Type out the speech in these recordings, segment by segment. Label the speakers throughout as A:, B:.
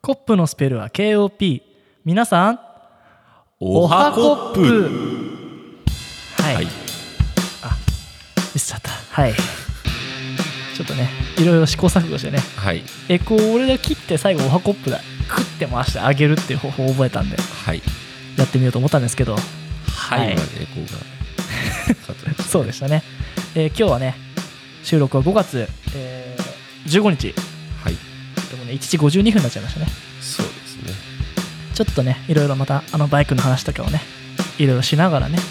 A: コップのスペルは KOP 皆さん
B: おはコップ
A: はい、
B: はい
A: あミスっちゃったはいちょっとねいろいろ試行錯誤してね
B: はい
A: えこう俺が切って最後おはコップだクッて回してあげるっていう方法を覚えたんで
B: はい
A: やってみようと思ったんですけど
B: はい
A: はい
B: までエコーがかかって
A: そうでしたね、えー今日はね収録は5月、えー15日
B: はい
A: でもね1時52分になっちゃいましたね
B: そうですね
A: ちょっとねいろいろまたあのバイクの話とかをねいろいろしながらね
B: はい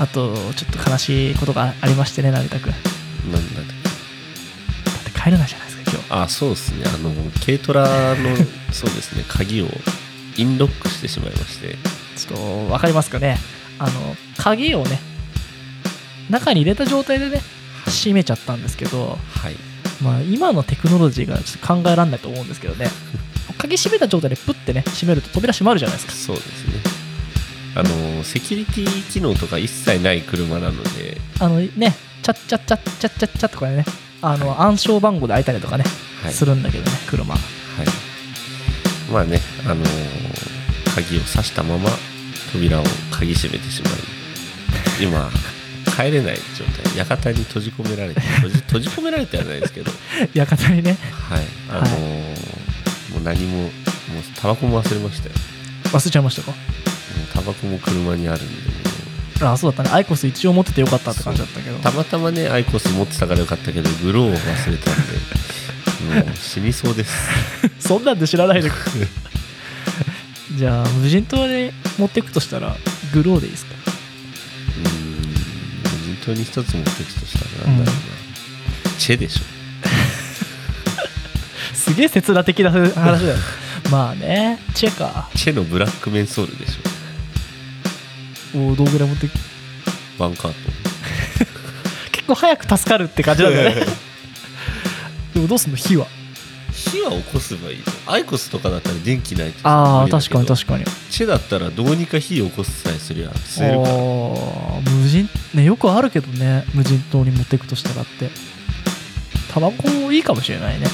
A: あとちょっと悲しいことがありましてね成田君だ
B: なんだっけ
A: って帰れないじゃないですか今日
B: あそうですねあの軽トラのそうですね鍵をインロックしてしまいまして
A: ちょっと分かりますかねあの鍵をね中に入れた状態でね閉めちゃったんですけど、
B: はい
A: まあ、今のテクノロジーがちょっと考えられないと思うんですけどね鍵閉めた状態でプッてね閉めると扉閉まるじゃないですか
B: そうですねあのセキュリティ機能とか一切ない車なので
A: あのねチャッチャッチャッチャッチャッチャッとかねあの、
B: は
A: 暗証番号で開いたりとかね、
B: はい
A: するんだけどね車
B: はい、まあね、あのー鍵を挿したまま扉を鍵閉めてしまい今帰れない状態館に閉じ込められて閉じ閉じ込められてはないですけど、
A: 館にね
B: はいあのー
A: は
B: もう何ももうタバコも忘れましたよも
A: 忘れちゃいましたか
B: うタバコも車にあるんでも
A: あそうだったねアイコス一応持っててよかったって感じだったけど
B: うたまたまねアイコス持ってたからよかったけどグローを忘れたんでもう死にそうです
A: そんなんで知らないで じゃあ無人島で持ってくとしたらグローでいいですか
B: うーん無人島に一つ持ってくとしたらなんだろうな、チェでしょ
A: すげえ切な的な話だよねまあねチェか
B: チェのブラックメンソールでしょ
A: お道具で持ってく
B: ワンカート
A: 結構早く助かるって感じなんだねでもどうすんの火は
B: 火は起こせばいいのアイコスとかだったら電気ないと
A: ああ確かに
B: か
A: 確かに
B: にチェだったらどうにか火起こせさえすりゃ吸えるから
A: あー無人ねよくあるけどね無人島に持っていくとしたらってタバコいいかもしれないね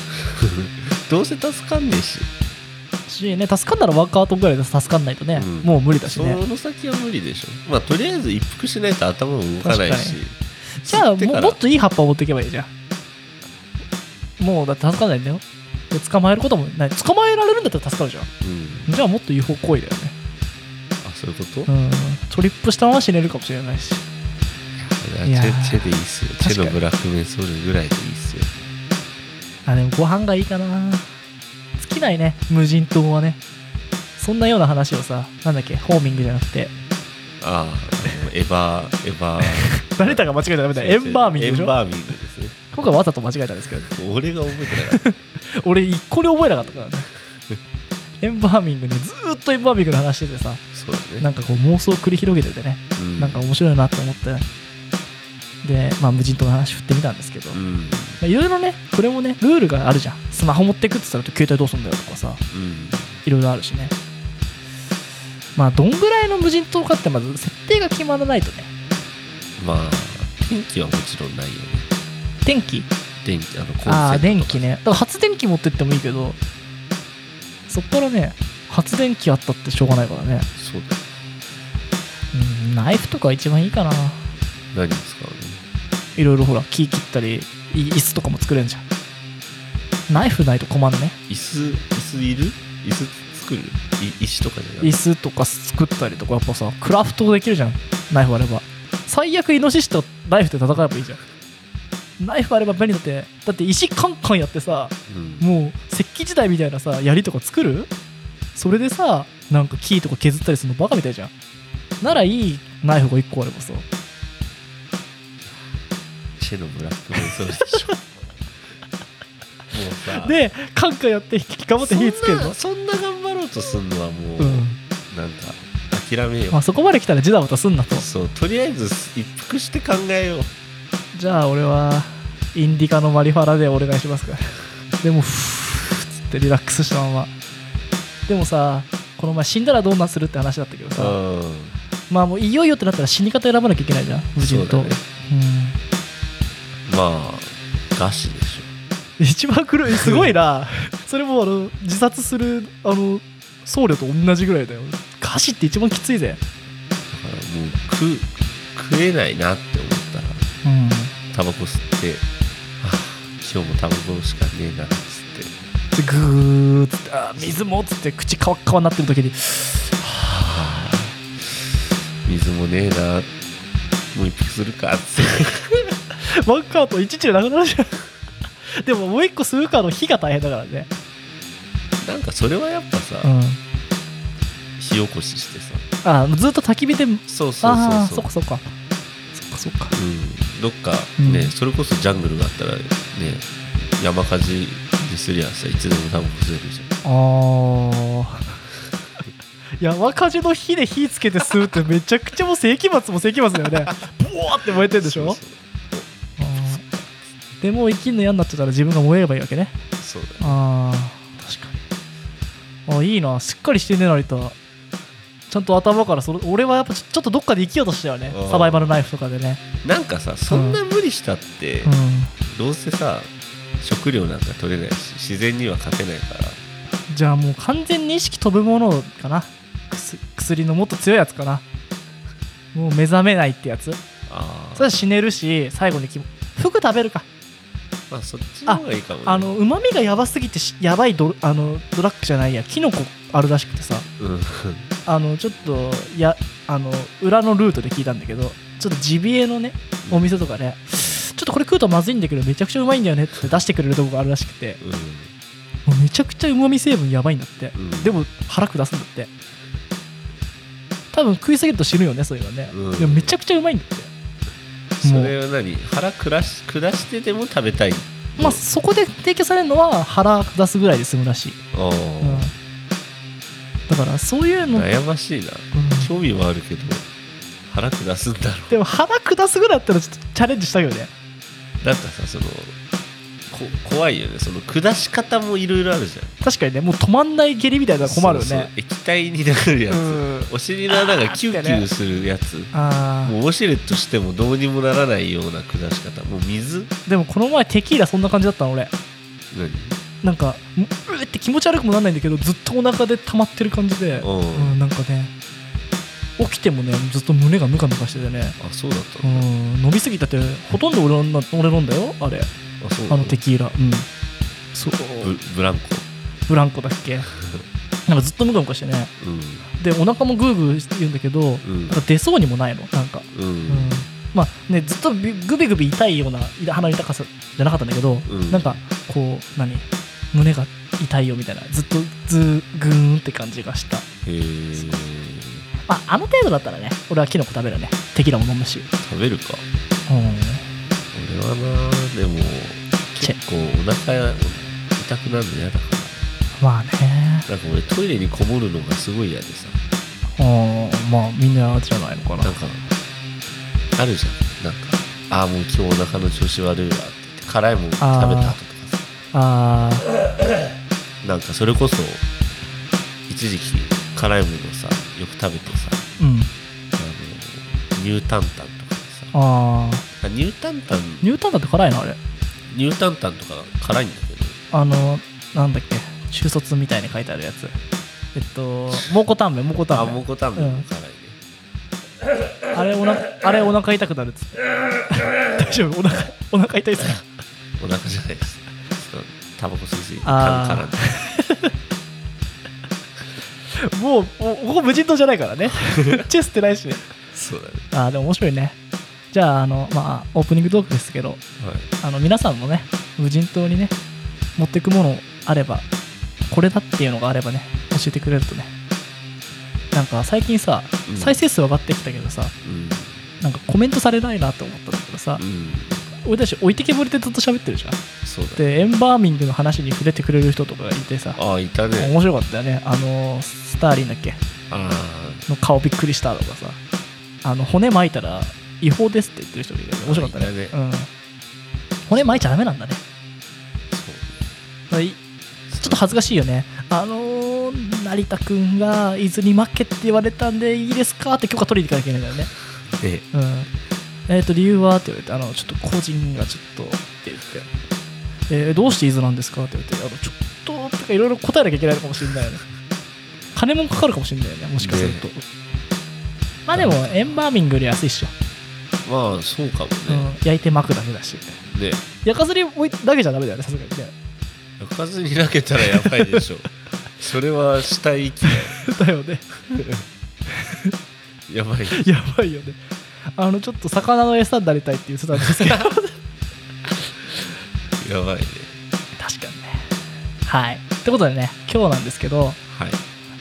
B: どうせ助かんねえし、
A: しね助かんならワーカートぐらいで助かんないとね、
B: うん
A: もう無理だし
B: そ
A: ね
B: の先は無理でしょまあとりあえず一服しないと頭も動かないし
A: じゃあ
B: 吸って
A: も
B: か
A: う
B: ら
A: もっといい葉っぱを持っていけばいいじゃんもうだって助かんないんだよで捕まえることもない捕まえられるんだったら助かるじゃん
B: うん
A: じゃあもっと違法行為だよね
B: あそういうこと、
A: うんトリップしたまま死ねるかもしれないし
B: いや
A: いやー
B: チェチェでいいっすよチ
A: 確
B: ェ
A: かに
B: のブラックメンソールぐらいでいいっすよ
A: あでもご飯がいいかな尽きないね無人島はねそんなような話をさなんだっけホーミングじゃなくて
B: あああのエバーエバー
A: 誰だか間違えたらダメだよエンバーミングでし
B: エン
A: ょ
B: バーミングですね
A: 今回わざと間違えたんですけど
B: 俺が覚えてなかった
A: 俺一個で覚えなかったからねエンバーミングねずーっとエンバーミングの話しててさ
B: そうだね
A: なんかこう妄想を繰り広げててね
B: うん
A: なんか面白いなと思ってでまあ無人島の話振ってみたんですけど
B: う
A: ま
B: んうん
A: あいろいろねこれもねルールがあるじゃんスマホ持ってくって言ったら携帯どうすんだよとかさいろいろあるしねまあどんぐらいの無人島かってまず設定が決まらないとね
B: まあ天気はもちろんないよね
A: 天気
B: 電気あのコンセントとか
A: ああー電気ねだから発電機持ってってもいいけどそっからね発電機あったってしょうがないからね
B: そうだよ
A: うんナイフとか一番いいかな
B: 何ですかね
A: いろいろほら木切ったりい椅子とかも作れんじゃんナイフないと困んね
B: 椅子椅子いる椅子作るい石とかじゃない
A: 椅子とか作ったりとかやっぱさクラフトできるじゃんナイフあれば最悪イノシシとナイフで戦えばいいじゃんナイフあれば便利だってだって石カンカンやってさ
B: うん
A: もう石器時代みたいなさ槍とか作るそれでさなんか木とか削ったりするのバカみたいじゃんならいいナイフが1個あればさ
B: チェのブラックメンソールで しょもうさ
A: でカンカンやって引きかまって火つけるの
B: そんなそんな頑張ろうとすんのはもう、
A: うん
B: なんか諦めよ
A: まあ、そこまで来たらジダバタすんなと
B: うそうとりあえず一服して考えよう
A: じゃあ俺はインディカのマリファラでお願いしますからでもふーっつってリラックスしたままでもさこの前死んだらどうなんするって話だったけどさ
B: うん
A: まあもういよいよってなったら死に方選ばなきゃいけないじゃん無人
B: そ
A: 島
B: うだねまあ餓死でし
A: 一番黒いすごいなそれもあの自殺するあの僧侶と同じぐらいだよ餓死って一番きついぜ
B: ょだからもう食食えないなって思ったら
A: うん
B: タバコ吸ってあ今日もタバコしかねえなっつって
A: でグーっつってあー水もっつって口カワッカワになってる時に
B: はあ水もねえなもう一服するかっつって
A: ワンカート一日でなくなるじゃん でももう一個吸うかの火が大変だからね
B: なんかそれはやっぱさ、
A: うん
B: 火起こししてさ
A: あーずっと焚き火で
B: そうそう
A: ああ
B: そう
A: そっかそっかそっかそっか
B: うん、どっか
A: うん
B: ね、それこそジャングルがあったらね山火事にすりゃさいつでもタバコ吸えるじ
A: あー 山火事の火で火つけて吸うってめちゃくちゃもう世紀末も世紀末だよ ねブワーって燃えて
B: ゃ
A: る
B: ん
A: でしょ
B: そう
A: あーでもう生きんの嫌になっちゃったら自分が燃えればいいわけね
B: そうそうだよ
A: ああ確かにあいいなしっかりしてね成田ちゃんと頭からそれ俺はやっぱちょちょっとどっかで生きようとしたよね
B: あー
A: サバイバルナイフとかでね
B: なんかさそんな無理したって、
A: うん
B: どうせさ食料なんか取れないし自然には勝てないから
A: じゃあもう完全に意識飛ぶものかな薬薬のもっと強いやつかなもう目覚めないってやつ
B: あ
A: それ
B: ー
A: は死ねるし最後にき服食べるか
B: まあそっちの方がいいかもね
A: あのうまみがやばすぎてしやばいドあのドラッグじゃないやキノコあるらしくてさ
B: うん
A: あのちょっとやあの裏のルートで聞いたんだけどちょっとジビエのねお店とかねちょっとこれ食うとまずいんだけどめちゃくちゃうまいんだよねって出してくれるとこがあるらしくてもうめちゃくちゃうまみ成分やばいんだって、
B: うん
A: でも腹下すんだって多分食いすぎると死ぬよねそういうのね、
B: うん
A: でもめちゃくちゃうまいんだって
B: うん、それは何腹下し下してでも食べたい
A: まあそこで提供されるのは腹下すぐらいで済むらしい、
B: あー
A: うん、だからそういうの、
B: 悩ましいな
A: うん
B: 興味はあるけど腹下すんだろう
A: でも腹下すぐらいだったらちょっとチャレンジしたいよね
B: なんかさそのこ怖いよねその下し方もいろいろあるじゃん
A: 確かにねもう止まんない下痢みたいなのが困るよ
B: そうそう
A: ね
B: 液体になるやつ、
A: うん
B: お尻の穴がキューキューするやつ、
A: あ
B: もうウォシュレットしてもどうにもならないような下し方もう水
A: あでもこの前テキーラそんな感じだったの俺
B: 何
A: なんかううって気持ち悪くもなんないんだけどずっとお腹で溜まってる感じで
B: うん
A: うんなんかね起きてもねずっと胸がムカムカしててね
B: あそうだった
A: うん
B: の、
A: 飲みすぎたってほとんど俺飲んだ俺飲んだよあれ
B: あそうな
A: あ
B: の
A: のテキーラうんそう
B: ブブランコ
A: ブランコだっけなんかずっとムカムカしてね
B: う
A: でお腹もグーグー言うんだけど
B: んうん
A: なんか出そうにもないのなんか
B: うん
A: うんまあねずっとビグビグビ痛いような鼻の痛さじゃなかったんだけど、
B: うん
A: なんかこう何胸が痛いよみたいなずっとずーぐーんって感じがした
B: へー
A: まああの程度だったらね俺はキノコ食べるねテキーラも飲むし
B: 食べるか
A: うん
B: 俺はなでも
A: チェ
B: 結構お腹痛くなるの嫌だから
A: まあね
B: なんか俺トイレにこもるのがすごい嫌でさ
A: うんまあみんなじゃないのかな
B: なんかあるじゃんなんかああもう今日お腹の調子悪いわって言って辛いもん食べた後とかさ
A: あー
B: なんかそれこそ一時期辛いものをさよく食べてさ
A: うん
B: あの乳タンタンとかでさ
A: あー
B: あ乳タンタン
A: ニュータンだって辛いのあれ
B: 乳タンタンとか辛いんだけど
A: あのなんだっけ中卒みたいに書いてあるやつえっと蒙古タンメン蒙古タ
B: あ
A: ンメン
B: もこタンメンも辛いね、
A: あれおなあれお腹痛くなるっつって 大丈夫お腹お腹痛いっすか
B: お腹じゃないですちょっとタバコ吸いすぎて
A: あ
B: タン
A: ー
B: 絡 んで
A: もうおここ無人島じゃないからね チェスってないしね
B: そうだね
A: あーでも面白いねじゃああのまあオープニングトークですけど
B: はい
A: あの皆さんもね無人島にね持ってくものあればこれだっていうのがあればね教えてくれるとねなんか最近さ
B: うん
A: 再生数上がってきたけどさ、
B: うん
A: なんかコメントされないなと思ったんだけどさ、
B: うん
A: 俺たち置いてけぼりでずっと喋ってるじゃん
B: そうだね
A: でエンバーミングの話に触れてくれる人とかがいてさ
B: ああいたね
A: 面白かったよねあのスターリンだっけ
B: あ
A: の顔びっくりしたとかさあの骨巻いたら違法ですって言ってる人がいて面白かった
B: あ
A: ね
B: いた
A: うん、骨巻いちゃダメなんだね
B: あそう
A: はいちょっと恥ずかしいよねあのー成田君が伊豆に負けって言われたんでいいですかって許可取りに行かなきゃいけないんだよね
B: で
A: うんえっ、と理由はって言われてあのちょっと個人がちょっとって言って「えーどうして伊豆なんですか?」って言って「あのちょっと」とかいろいろ答えなきゃいけないのかもしれないよね金もかかるかもしれないよねもしかすると、まあでもエンバーミングより安いっしょ、
B: まあそうかも
A: うん
B: ね、
A: 焼いて巻くだけだし
B: で
A: 焼かずに置いだけじゃダメだよねさすがにね
B: 焼かずに投げたらやばい でしょそれは死体遺棄だよ
A: だよね
B: やばい
A: やばいよねあのちょっと魚の餌になりたいって言ってたんですけど確か
B: やばいね
A: にねはいってことでね今日なんですけど、ま
B: はい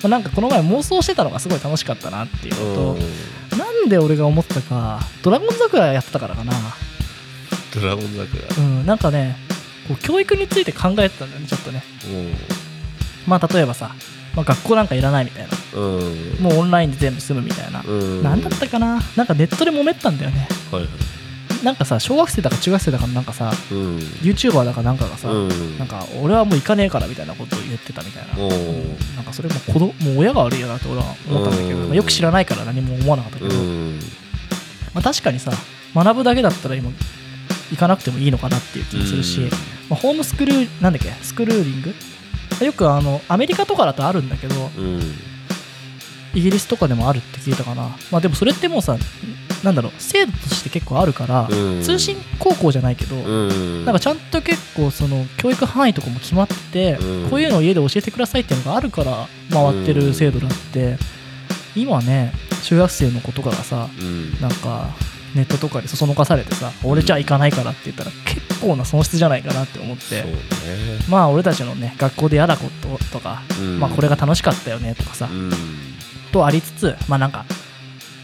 A: あなんかこの前妄想してたのがすごい楽しかったなっていう
B: う
A: の
B: ん
A: となんで俺が思ったかドラゴン桜やってたからかな
B: ドラゴン桜
A: うんなんかねこう教育について考えてたんだよねちょっとねまあ例えばさ、まあ、学校なんかいらないみたいな
B: うんうん
A: もうオンラインで全部済むみたいな、
B: うん
A: なんだったかななんかネットで揉めったんだよね
B: はいはい
A: なんかさ小学生だか中学生だかのなんかさ
B: うん
A: YouTuber だかなんかがさ、
B: うん
A: なんか俺はもう行かねえからみたいなことを言ってたみたいな、
B: おー
A: なんかそれも子供もう親が悪いよなと俺は思ったんだけど、
B: うん
A: まあよく知らないから何も思わなかったけ
B: う
A: ど、
B: ん
A: まあ、確かにさ学ぶだけだったら今行かなくてもいいのかなっていう気もするし、
B: うん
A: まあホームスクルーなんだっけスクルーリングよくあのアメリカとかだとあるんだけど
B: うん
A: イギリスとかでもあるって聞いたかな、まあ、でもそれってもうさなんだろう制度として結構あるから、
B: うん
A: 通信高校じゃないけど、
B: うん
A: なんかちゃんと結構その教育範囲とかも決まってて、
B: うん
A: こういうのを家で教えてくださいっていうのがあるから回ってる制度だって、今ね中学生の子とかがさ
B: うん
A: なんかネットとかでそそのかされてさ、俺じゃあ行かないからって言ったら結構な損失じゃないかなって思っ
B: そう
A: て、
B: ね
A: まあ俺たちのね学校で嫌なこととか、
B: うん
A: まあこれが楽しかったよねとかさ、
B: うん
A: とありつつまあなんか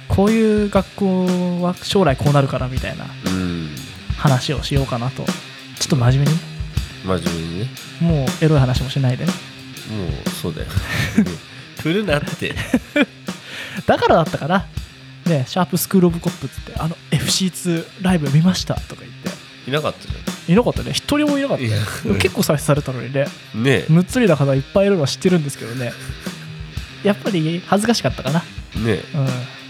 A: こういう学校は将来こうなるからみたいな
B: うん
A: 話をしようかなとちょっと真面目にね
B: 真面目にね
A: もうエロい話もしないでね
B: もうそう だよ振るなって
A: だからだったかなねシャープスクール・オブ・コップ」っつって「あの FC2 ライブ見ました」とか言っ
B: いなかったじゃ
A: ていなかったね一人もいなかった
B: いや
A: 結構再生されたのにね
B: んね
A: むっつりな方いっぱいいるのは知ってるんですけどねやっぱり恥ずかしかったかな
B: えねえ
A: う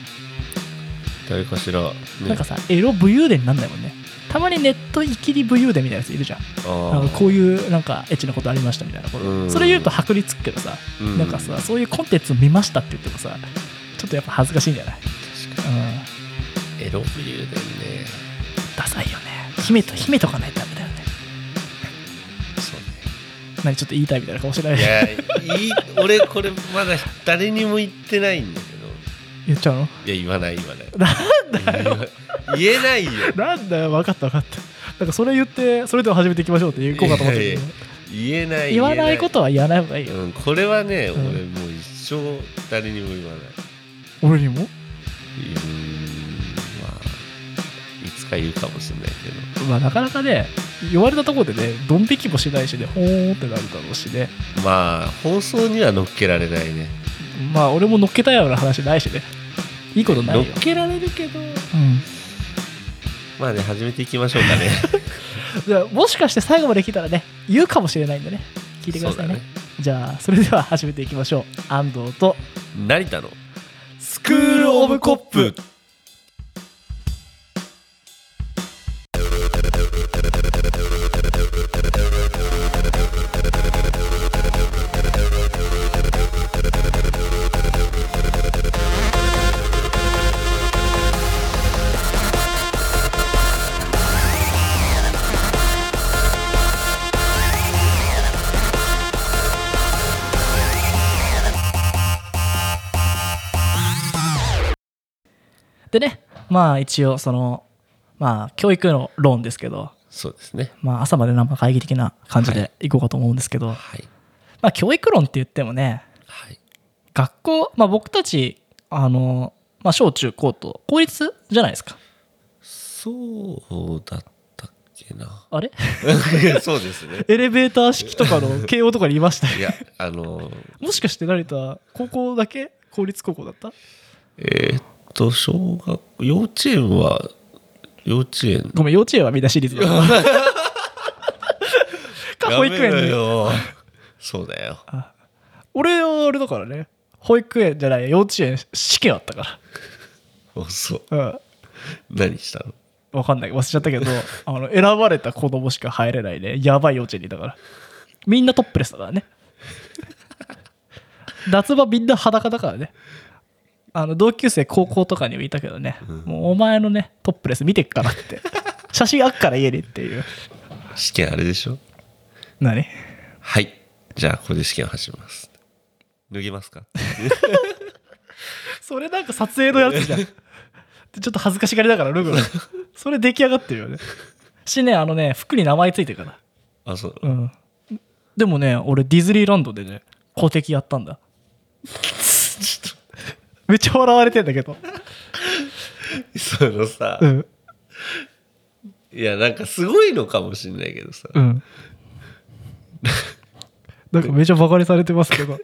B: 誰かしら
A: ん
B: ね
A: なんかさエロ武勇伝になんないもんねたまにネットイキリ武勇伝みたいなやついるじゃん
B: あ
A: なん
B: あ
A: かこういうなんかエッチなことありましたみたいなこと、
B: うん
A: それ言うと剥離つくけどさ、
B: うん
A: なんかさそういうコンテンツを見ましたって言ってもさちょっとやっぱ恥ずかしいんじゃない、
B: 確
A: う
B: か
A: ん、
B: にエロ武勇伝ね
A: ダサいよね姫と姫とかないとダメだよね
B: そうね
A: 何ちょっと言いたいみたいな顔してない
B: いやいい俺これまだ誰にも言ってないんだけど
A: 言っちゃうの
B: いや言わない言わない
A: なんだよ
B: 言えないよ
A: なんだよ分かった分かったなんかそれ言ってそれでは始めていきましょうって言こうかと思ったけ
B: いや
A: ど
B: いや言えない
A: 言わないことは言わない方がいいよ、
B: うん、これはね、
A: うん
B: 俺もう一生誰にも言わない
A: 俺にも
B: うーんまあいつか言うかもしれないけど
A: まあなかなかね言われたところでねドン引きもしないしねほーんってなるだろうしね
B: まあ放送には乗っけられないね
A: まあ俺も乗っけたような話ないしねいいことない
B: 乗
A: よ
B: っ、けられるけど
A: うん、
B: まあね始めていきましょうかね
A: じゃあもしかして最後まで聞いたらね言うかもしれないんでね 聞いてくださいねじゃあそれでは始めていきましょう安藤と
B: そうだね成田の
A: ス
B: クール・オブ・コップ
A: でねまあ一応そのまあ教育の論ですけど
B: そうですね
A: まあ朝までなんか会議的な感じ
B: は
A: でいこうかと思うんですけど、
B: はい
A: まあ教育論って言ってもね
B: はい
A: 学校まあ僕たちあのまあ小中高と公立じゃないですか
B: そうだったっけな
A: あれ
B: そうですね
A: エレベーター式とかの慶応とかにいましたよ
B: いやあの
A: もしかして成田高校だけ公立高校だった
B: えーっと小学幼稚園は幼稚園
A: ごめん幼稚園はみんな私立だ ったか保育園
B: やめろ
A: で
B: よそうだよ
A: 俺はあれだからね保育園じゃない幼稚園試験あったか
B: そう
A: らうん
B: 何したの
A: わかんない忘れちゃったけどあの選ばれた子供しか入れないねやばい幼稚園にだからみんなトップレスだからね夏場みんな裸だからねあの同級生高校とかにもいたけどね、もうお前のねトップレス見てっからって写真あっから家にっていう
B: 試験あれでしょ
A: 何
B: はいじゃあここで試験を始めます脱ぎますか
A: それなんか撮影のやつじゃん。でちょっと恥ずかしがりだから、ルグの。それ出来上がってるよね。しね、あのね、服に名前ついてるか
B: あそう
A: ら。うん。でもね、俺ディズニーランドでね、公的やったんだ。 めっちゃ笑われてんだけど。
B: そのさ、
A: うん。
B: いやなんかすごいのかもしんないけどさ、
A: うん。 なんかめっちゃバカにされてますけど。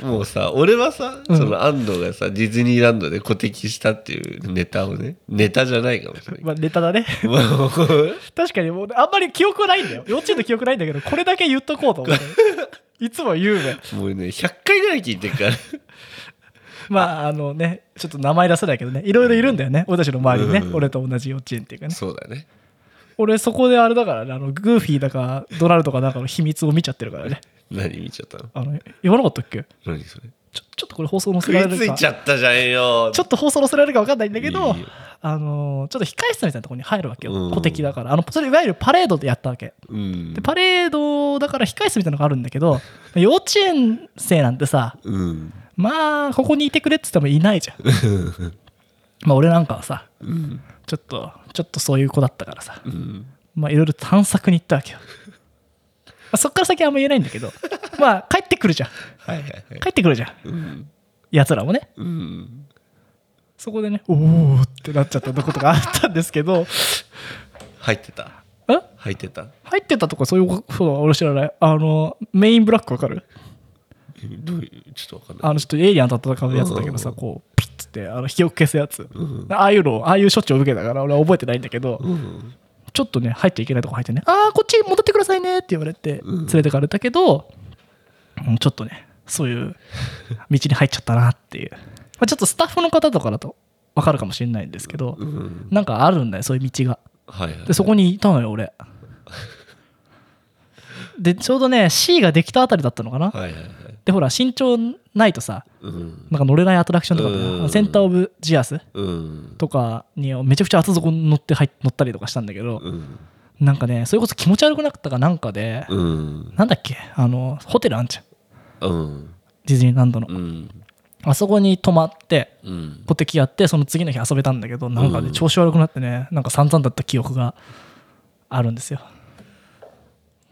B: もうさ俺はさ、
A: うん
B: その安藤がさディズニーランドで固定したっていうネタをねネタじゃないかもしれない
A: まあネタだね。
B: けど、まあこう
A: 確かにもう、あんまり記憶はないんだよ。幼稚園の記憶ないんだけど、これだけ言っとこうと思って。 いつも言うね。
B: もうね100回ぐらい聞いてるから
A: まああのねちょっと名前出せないけどねいろいろいるんだよね俺たちの周りにね、
B: うん
A: 俺と同じ幼稚園っていうかね
B: そうだね
A: 俺そこであれだからねあのグーフィーだかドナルドかなんかの秘密を見ちゃってるからね
B: 何見ちゃったの
A: あの言わなかったっけ
B: 何それ
A: ちょちょっとこれ放送載せ
B: 食
A: られ
B: いつ
A: る
B: い
A: か
B: ちゃったじゃんよ
A: ちょっと放送載せられるか分かんないんだけど
B: いいよ
A: あのちょっと控室みたいなところに入るわけよ
B: うん
A: 小敵だからあのそれいわゆるパレードでやったわけ
B: うん
A: でパレードだから控室みたいなのがあるんだ けど幼稚園生なんてさ
B: うん
A: まあここにいてくれって言ってもいないじゃん まあ俺なんかはさ
B: うん
A: ちょっとちょっとそういう子だったからさ
B: うん
A: まあいろいろ探索に行っ たわけよまあそっから先はあんま言えないんだけどまあ帰ってくるじゃん
B: はいはいはい
A: 帰ってくるじゃん
B: うん
A: やつらもね
B: うん
A: そこでねおおってなっちゃったとことがあったんですけ どん
B: 入ってた入ってた
A: 入ってたとこそういうそう俺知らないあのメインブラックわかる
B: えどういうちょっとわかんない
A: あのちょっとエイリアンと戦うやつだけどさ
B: うん
A: こうピッつってあの火を消すやつ
B: うん
A: ああいうのああいう処置を受けたから俺は覚えてないんだけど
B: うん
A: ちょっとね入っちゃいけないとこ入ってね「ああこっち戻ってくださいね」って言われて
B: うん
A: 連れてかれたけど、うんちょっとねそういう道に入っちゃったなっていう、まあ、ちょっとスタッフの方とかだと分かるかもしれないんですけど、
B: うん
A: なんかあるんだよそういう道が
B: はいはい
A: でそこにいたのよ俺でちょうどね C ができたあたりだったのかな、
B: はいはいはい
A: でほら身長ないとさ
B: うん
A: なんか乗れないアトラクションとかあったじゃん
B: うん
A: あのセンター・オブ・ジアス
B: うん
A: とかにめちゃくちゃ厚底に乗って入っ乗ったりとかしたんだけど、
B: うん
A: なんかねそれこそ気持ち悪くなかったかなんかで、
B: うん
A: なんだっけあのホテルあんじゃん
B: うん
A: ディズニーランドの、
B: うん
A: あそこに泊まって
B: うん
A: 小敵やってその次の日遊べたんだけどなんかね、
B: うん
A: 調子悪くなってねなんか散々だった記憶がある んですよ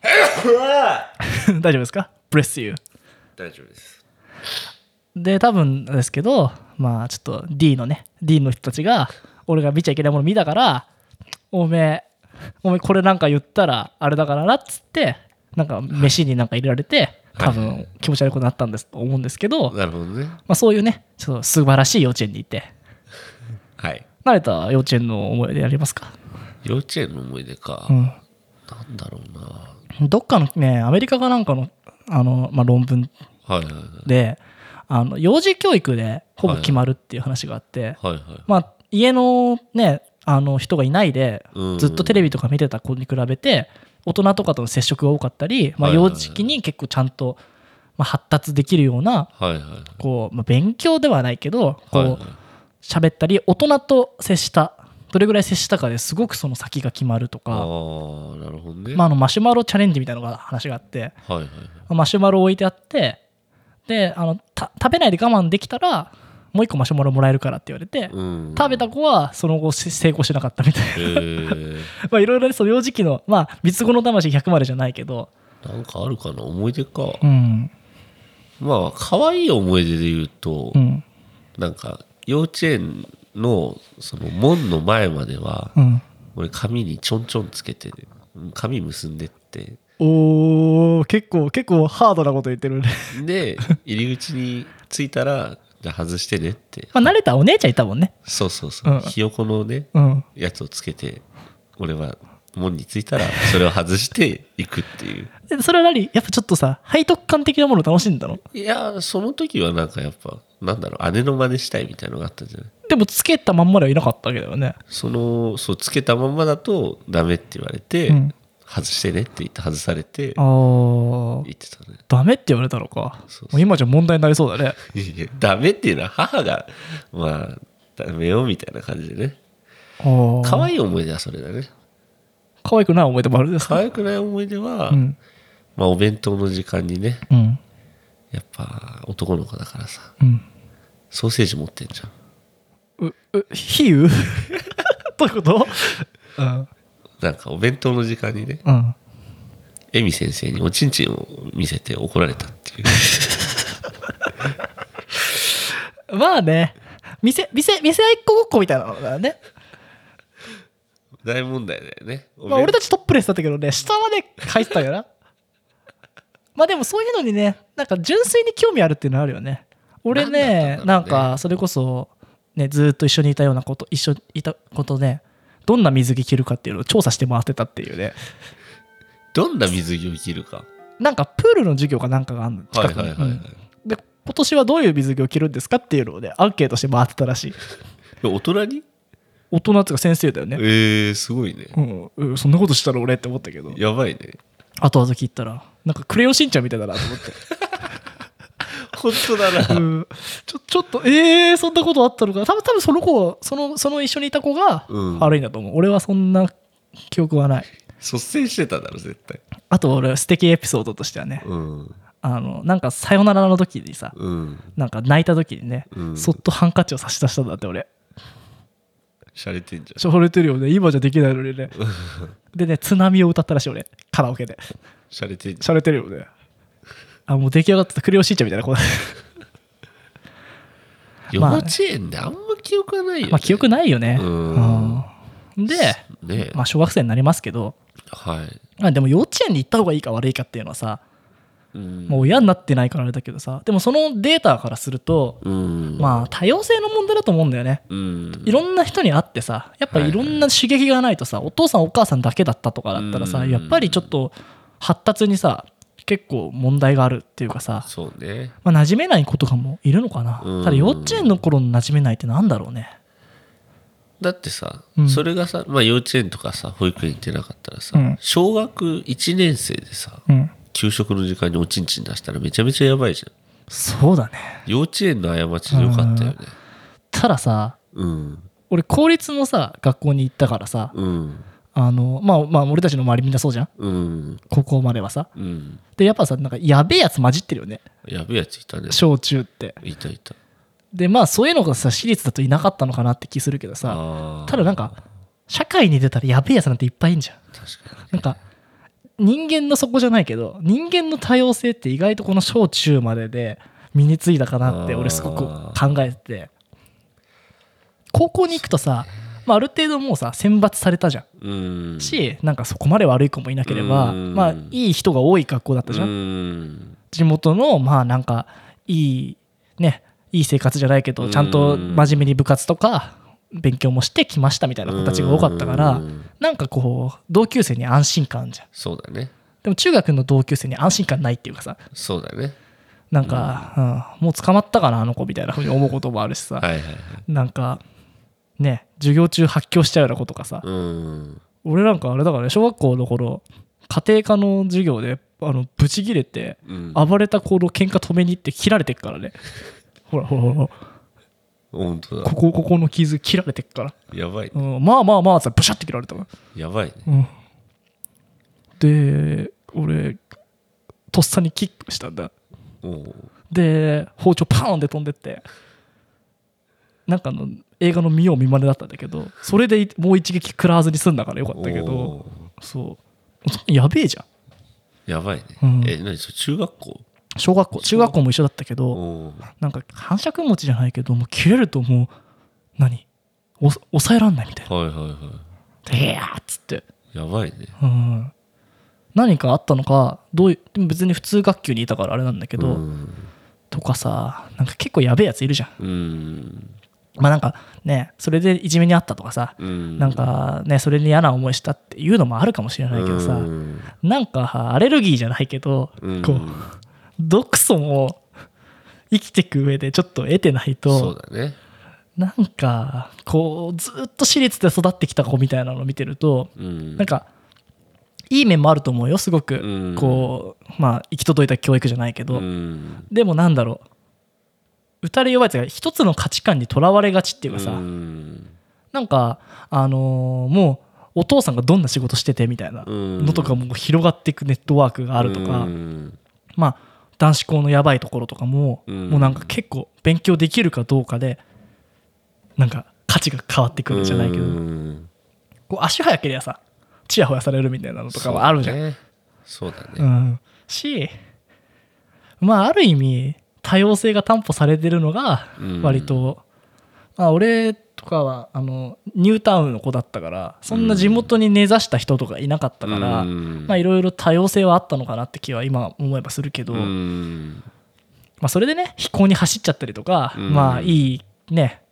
A: 大丈夫ですか Bless you
B: 大丈夫です
A: で多分ですけどまあちょっと D のね D の人たちが俺が見ちゃいけないもの見たからおめえおめえこれなんか言ったらあれだからなっつってなんか飯になんか入れられて多分気持ち悪くなったんですと思うんですけど、ま
B: なるほどね
A: あ、そういうねちょっと素晴らしい幼稚園にいて
B: はい
A: 慣れた幼稚園の思い出ありますか、
B: 幼稚園の思い出か
A: うん、
B: なんだろうな
A: どっかのねアメリカかなんかのあの、まあ、論文
B: はいはいはい
A: であの幼児教育でほぼ決まるっていう話があって、
B: はいはい
A: まあ、家のねあの人がいないで
B: うん
A: ずっとテレビとか見てた子に比べて大人とかとの接触が多かったり、まあ、
B: はいはい
A: 幼
B: はい
A: 児期に結構ちゃんと、まあ、発達できるような
B: はいはい
A: こう、まあ、勉強ではないけどこ
B: はいは
A: う喋ったり大人と接したどれぐらい接したかですごくその先が決まると
B: ああ
A: か、
B: ーなるほどね
A: まあ、あのマシュマロチャレンジみたいなのが話があって
B: はいはいはい
A: マシュマロ置いてあってであのた食べないで我慢できたらもう一個マシュマロもらえるからって言われて、
B: うん
A: 食べた子はその後せ成功しなかったみたいな
B: へえ
A: まあいろいろね、その幼児期の、まあ、三つ子の魂100までじゃないけど、
B: なんかあるかな思い出か
A: うん、
B: まあ可愛い思い出で言うと
A: うん、
B: なんか幼稚園のその門の前までは
A: うん。
B: 俺髪にちょんちょんつけてうん髪結んでって
A: おー、結構、結構ハードなこと言ってるね。
B: で入り口に着いたらじゃあ外してねって
A: まあ、慣れたお姉ちゃんいたもんね。
B: そうそうそう、
A: うん
B: ひよこのね
A: うん。
B: やつをつけて俺は門に着いたらそれを外していくっていう
A: でそれは何やっぱちょっとさ、背徳感的なもの楽しんだの
B: いやーその時はなんかやっぱなんだろう姉の真似したいみたいなのがあったんじゃない
A: でもつけたまんまではいなかったわけだよね
B: そのそうつけたまんまだとダメって言われて、
A: うん
B: 外してねって言って外されて
A: ああ
B: 言ってたね
A: ダメって言われたのか
B: そうそう
A: もう今じゃ問題になりそうだね
B: いやダメっていうのは母がまあダメよみたいな感じでね可
A: 可
B: 愛い思い出はそれだね
A: 可愛くない思い出もあるんです
B: 可
A: か
B: 愛くない思い出は、
A: うん
B: まあお弁当の時間にね
A: うん
B: やっぱ男の子だからさ
A: うん
B: ソーセージ持ってんじゃん
A: うう比喩 どういうことうん
B: なんかお弁当の時間にね
A: うん
B: エミ先生におちんちんを見せて怒られたっていう
A: まあね店店店合いっ子ごっこみたいなのだね
B: 大問題だよね、
A: まあ、俺
B: た
A: たちトップレスだったけどね下まで入ってたよな まあでもそういうのにねなんか純粋に興味あるっていうのはあるよね俺
B: なだったんだ
A: ねなん
B: ろうね
A: んかそれこそねずーっと一緒にいたようなこと一緒にいたことねどんな水着着るかっていうのを調査して回ってたっていうね
B: どんな水着を着るか
A: なんかプールの授業かなんかがあるの
B: はい
A: 近く
B: はい
A: に
B: はいはい、
A: うんで今年はどういう水着を着るんですかっていうのをねアンケートして回ってた らしい
B: 大人に
A: 大人っていうか先生だよね
B: えー、すごいね
A: うん、うんそんなことしたら俺って思ったけど
B: やばいね
A: 後々聞いたらなんかクレヨンしんちゃんみたいだなと思って
B: 本当だな
A: うんちょちょっとえー、そんなことあったのか多分多分その子そのその一緒にいた子が
B: うん
A: 悪いんだと思う、俺はそんな記憶はない
B: 率先してただろ絶対
A: あと俺素敵エピソードとしてはね、
B: うん
A: あのなんか「さよなら」の時にさ
B: うん
A: なんか泣いた時にね、
B: うん
A: そっとハンカチを差し出したんだって俺
B: 洒落てんじゃん
A: しょ惚れてるよね今じゃできないのにねでね「津波」を歌ったらしい俺カラオケで
B: 洒落てんじ
A: しゃれてるよねあもう出来上がってたクレヨンしんちゃんみたいな子だ
B: ゃん幼
A: まあ
B: 稚園であんま記憶がないよ、ね
A: まあ記憶ないよね。
B: うん
A: うんで、
B: ね
A: まあ、小学生になりますけど、
B: はい、
A: まあ、でも幼稚園に行った方がいいか悪いかっていうのはさ、
B: うん
A: もう親になってないからあれだけどさでもそのデータからすると、
B: うん
A: まあ多様性の問題だと思うんだよね。
B: うん
A: いろんな人に会ってさやっぱいろんな刺激がないとさ、お父さんお母さんだけだったとかだったらさ、
B: うん
A: やっぱりちょっと発達にさ結構問題があるっていうかさ、
B: そうね
A: まあ、馴染めない子とかもいるのかな、
B: うん
A: ただ幼稚園の頃の馴染めないってなんだろうね
B: だってさ、
A: うん
B: それがさ、まあ、幼稚園とかさ保育園行ってなかったらさ、
A: うん
B: 小学1年生でさ
A: うん
B: 給食の時間におちんちん出したらめちゃめちゃやばいじゃん
A: そうだね
B: 幼稚園の過ちでよかったよね
A: たださ
B: うん
A: 俺公立のさ学校に行ったからさ
B: うん
A: あのまあまあ俺たちの周りみんなそうじゃん
B: うん
A: 高校まではさ
B: うん
A: でやっぱさなんかやべえやつ混じってるよね
B: やべえやついたね
A: 小中って
B: いたいた
A: でまあそういうのがさ私立だといなかったのかなって気するけどさ
B: あー
A: ただなんか社会に出たらやべえやつなんていっぱいいんじゃん
B: 確か
A: なんか人間の底じゃないけど人間の多様性って意外とこの小中までで身についたかなって
B: あー
A: 俺すごく考えてて高校に行くとさ、まあ、ある程度もうさ選抜されたじゃん
B: にうん
A: しなんかそこまで悪い子もいなければ、
B: うん
A: まあ、いい人が多い学校だったじゃん、
B: うん
A: 地元のまあなんかいいねいい生活じゃないけどちゃんと真面目に部活とか勉強もしてきましたみたいな子たちが多かったから
B: うん
A: なんかこう同級生に安心感あんじゃん
B: そうだね
A: でも中学の同級生に安心感ないっていうかさ
B: そうだね
A: なんか、うんもう捕まったかなあの子みたいなふうに思うこともあるしさ、
B: はいはいはい
A: なんかね授業中発狂しちゃうようなことかさ、
B: うん
A: 俺なんかあれだからね小学校の頃家庭科の授業であのブチギレて
B: うん
A: 暴れた子の喧嘩止めに行って切られてっか らねほらほらほら
B: 本当だ
A: ここここの傷切られてっから、
B: やばいね
A: うん、まあまあまあってブシャって切られたわ
B: やばいね
A: うん、で俺とっさにキックしたんだ
B: おう
A: で包丁パーンって飛んでってなんかあの映画の見よう見まねだったんだけどそれでいもう一撃食らわずに済んだからよかったけど
B: おう
A: そうやべえじゃん
B: やばいね、
A: うん
B: え何それ中学校
A: 小学校中学校も一緒だったけど
B: おう
A: なんか反射持ちじゃないけどもう切れるともう何お抑えらんないみたい
B: はいはいは
A: な「いや!」っつって、
B: いやばいね
A: うん、何かあったのかどういうでも別に普通学級にいたからあれなんだけど、
B: うん
A: とかさなんか結構やべえやついるじゃん
B: うん
A: まあなんかねそれでいじめにあったとかさ
B: うん
A: なんかねそれに嫌な思いしたっていうのもあるかもしれないけどさ
B: うん
A: なんかアレルギーじゃないけど
B: うん
A: こう毒素も生きていく上でちょっと得てない
B: そ
A: と
B: うだね
A: なんかこうずっと私立で育ってきた子みたいなのを見てると
B: うん
A: なんかいい面もあると思うよすごく、
B: うん
A: こうまあ行き届いた教育じゃないけど、
B: うん
A: でもなんだろう打たれ弱いやつが一つの価値観にとらわれがちっていうかさ、
B: うん
A: なんかあのーもうお父さんがどんな仕事しててみたいな
B: うん
A: のとかも広がっていくネットワークがあるとか、
B: うん
A: まあ男子校のやばいところとかも、
B: うん
A: もうなんか結構勉強できるかどうかでなんか価値が変わってくるんじゃないけど、
B: うん
A: こう足早けりゃさちやほやされるみたいなのとかはあるじゃん。
B: そうだねそう
A: う
B: だね
A: ん、しまあある意味多様性が担保されてるのが
B: うん
A: 割と、まあ、俺とかはあのニュータウンの子だったからそんな地元に根ざした人とかいなかったから、
B: うん
A: まあいろいろ多様性はあったのかなって気は今思えばするけど、
B: うん
A: まあ、それでね非行に走っちゃったりとか、
B: うん
A: まあいいね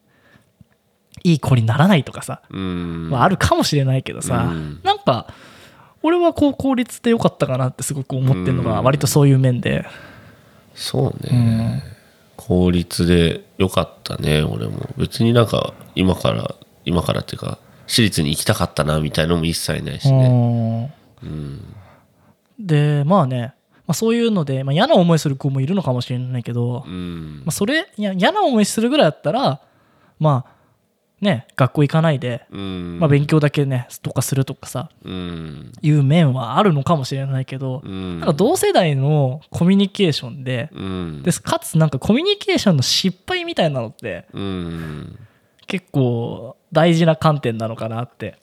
A: いい子にならないとかさ、
B: うん
A: まあ、あるかもしれないけどさ、
B: うん
A: なんか俺は高校立ってよかったかなってすごく思ってるのが割とそういう面で、
B: そう
A: う
B: ね
A: ん、
B: 効率で良かったね俺も別になんか今から今からっていうか私立に行きたかったなみたいのも一切ないしねうん
A: でまあね、まあ、そういうので、まあ、嫌な思いする子もいるのかもしれないけど、
B: うん
A: まあ、それいや嫌な思いするぐらいだったらまあね学校行かないで、
B: うん
A: まあ、勉強だけねとかするとかさ
B: うん
A: いう面はあるのかもしれないけど、
B: うん
A: なんか同世代のコミュニケーションで
B: うん
A: でかつなんかコミュニケーションの失敗みたいなのって
B: うん
A: 結構大事な観点なのかなって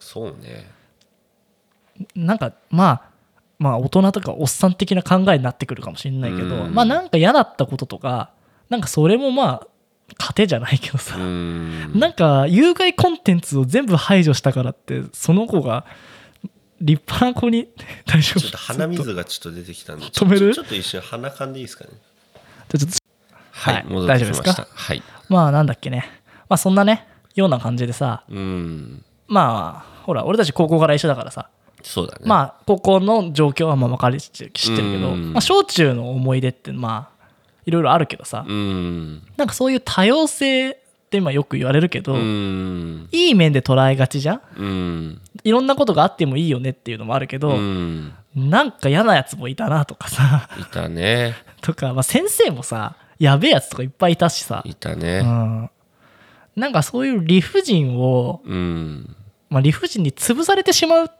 B: そうね
A: なんかまあまあ大人とかおっさん的な考えになってくるかもしれないけど、
B: うん
A: まあなんか嫌だったこととかなんかそれもまあ糧じゃないけどさ、
B: うん
A: なんか有害コンテンツを全部排除したからってその子が立派な子に 大丈夫
B: ちょっと鼻水がちょっと出てきたんで
A: 止める
B: ちょっとちょっと一瞬鼻かんでいいですかね
A: ちょちょっと
B: はい、
A: はい
B: 戻ってきまし
A: 大丈夫です
B: た
A: か
B: はい
A: まあなんだっけねまあそんなねような感じでさ
B: うん
A: まあほら俺たち高校から一緒だからさ、
B: そうだねあ
A: まあ高校の状況はまあ分かり知ってるけど、
B: うん
A: まあ、小中の思い出ってまあいろいろあるけどさ、
B: うん
A: なんかそういう多様性って今よく言われるけど、
B: うん
A: いい面で捉えがちじゃん
B: うん
A: いろんなことがあってもいいよねっていうのもあるけど、
B: うん
A: なんか嫌なやつもいたなとかさ
B: いたね
A: とか、まあ、先生もさやべえやつとかいっぱいいたしさ、
B: いた
A: う
B: ね
A: ん、なんかそういう理不尽を
B: うん
A: まあ、理不尽に潰されてしまう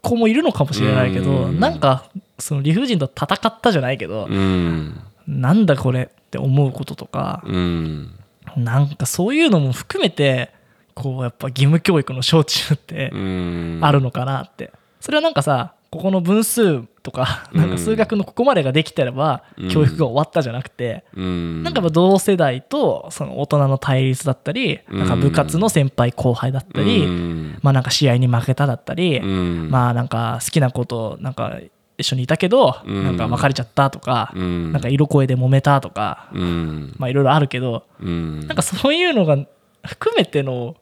A: 子もいるのかもしれないけど
B: うん
A: なんかその理不尽と戦ったじゃないけど
B: うん
A: なんだこれって思うこととか
B: うん
A: なんかそういうのも含めてこうやっぱ義務教育の小中って
B: うん
A: あるのかなってそれはなんかさここの分数とか
B: うん
A: なんか数学のここまでができてれば
B: うん
A: 教育が終わったじゃなくて
B: うん
A: なんかやっぱ同世代とその大人の対立だったりなんか部活の先輩後輩だった
B: う
A: り
B: ん
A: まあなんか試合に負けただったり
B: うん
A: まあなんか好きな子となんか一緒にいたけど、
B: うん
A: なんか別れちゃったとか、
B: うん
A: なんか色恋で揉めたとか、
B: うん
A: まあいろいろあるけど、
B: うん
A: なんかそういうのが含めての、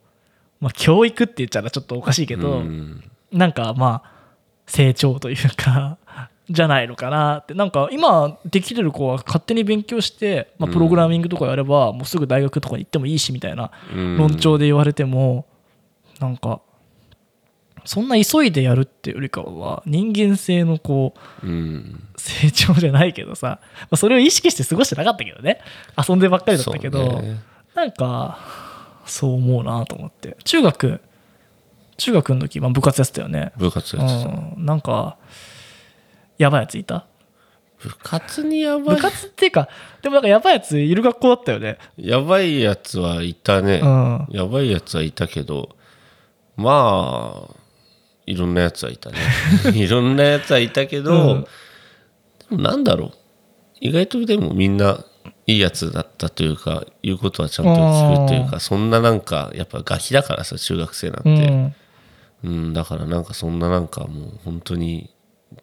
A: まあ、教育って言っちゃうのちょっとおかしいけど、
B: うん
A: なんかまあ成長というか じゃないのかなってなんか今できてる子は勝手に勉強して、まあ、プログラミングとかやればもうすぐ大学とかに行ってもいいしみたいな
B: うん
A: 論調で言われてもなんかそんな急いでやるっていうよりかは人間性のこう
B: うん
A: 成長じゃないけどさまあそれを意識して過ごしてなかったけどね遊んでばっかりだった
B: そ
A: けど、
B: うね
A: なんかそう思うなと思って中学中学の時、まあ、部活やってたよね、
B: 部活
A: う
B: やってた
A: ん、なんかやばいやつ いた
B: 部活にやば
A: 部
B: い
A: 活っていうかでもなんかやばいやついる学校だったよね
B: やばいやつはいたね
A: うん
B: やばいやつはいたけどまあいろんなやつはい たねいろんなやつはいたけど、でもなんだろう意外とでもみんないいやつだったというか言うことはちゃんと聞くというかそんななんかやっぱガキだからさ中学生なん
A: う
B: て、
A: ん
B: うんだからなんかそんななんかもう本当に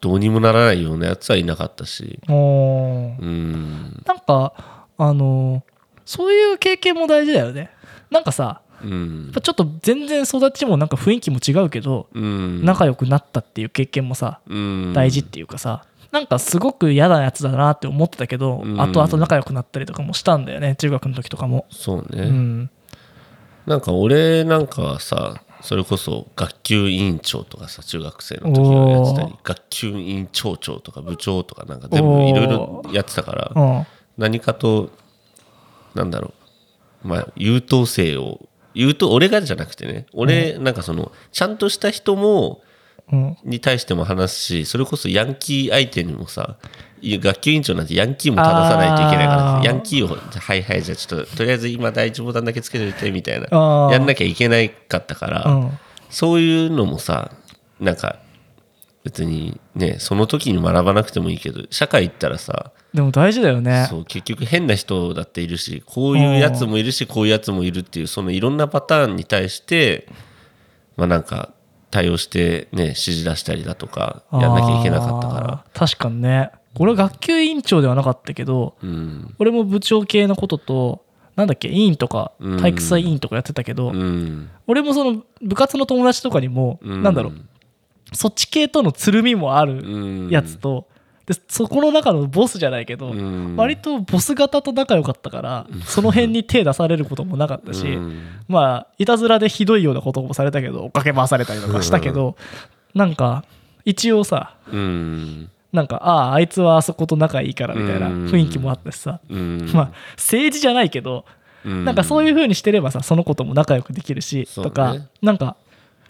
B: どうにもならないようなやつはいなかったし
A: うん
B: うん
A: なんかあのそういう経験も大事だよねなんかさ
B: ううん
A: やっぱちょっと全然育ちもなんか雰囲気も違うけど
B: うん
A: 仲良くなったっていう経験もさ
B: うん
A: 大事っていうかさなんかすごく嫌なやつだなって思ってたけど
B: うん
A: 後々仲良くなったりとかもしたんだよね中学の時とかも
B: そう
A: う
B: ね、
A: ん
B: なんか俺なんかはさそれこそ学級委員長とかさ中学生の時はやってた
A: お
B: り学級委員長長とか部長とかなんか全部いろいろやってたから
A: うん
B: 何かとなんだろうまあ優等生を優等俺がじゃなくてね俺なんかそのちゃんとした人も
A: うん
B: に対しても話すしそれこそヤンキー相手にもさいや学級委員長なんてヤンキーも正さないといけないか
A: あ
B: ら
A: ー
B: ヤンキーを「はいはいじゃあちょっととりあえず今第一ボタンだけつけといて」みたいな
A: あー
B: やんなきゃいけないかったから、
A: うん
B: そういうのもさなんか別にねその時に学ばなくてもいいけど社会行ったらさ
A: でも大事だよね
B: そう結局変な人だっているしこういうやつもいるしこういうやつもいるっていうそのいろんなパターンに対してまあなんか対応してね指示出したりだとかやんなきゃいけなかったから
A: あー確かにね俺は学級委員長ではなかったけど
B: うん
A: 俺も部長系のこととなんだっけ委員とか
B: うん
A: 体育祭委員とかやってたけど、
B: うん
A: 俺もその部活の友達とかにも、
B: うん
A: なんだろうそっち系とのつるみもある
B: うん
A: やつと、でそこの中のボスじゃないけど、
B: うん
A: 割とボス型と仲良かったから、その辺に手出されることもなかったし、
B: うん
A: まあいたずらでひどいようなこともされたけど追っかけ回されたりとかしたけど、なんか一応さ
B: うん
A: なんかあああいつはあそこと仲いいからみたいな雰囲気もあったしさ、
B: うん
A: まあ政治じゃないけどなんかそういう風にしてればさその子とも仲良くできるし、
B: そうね
A: とかなんか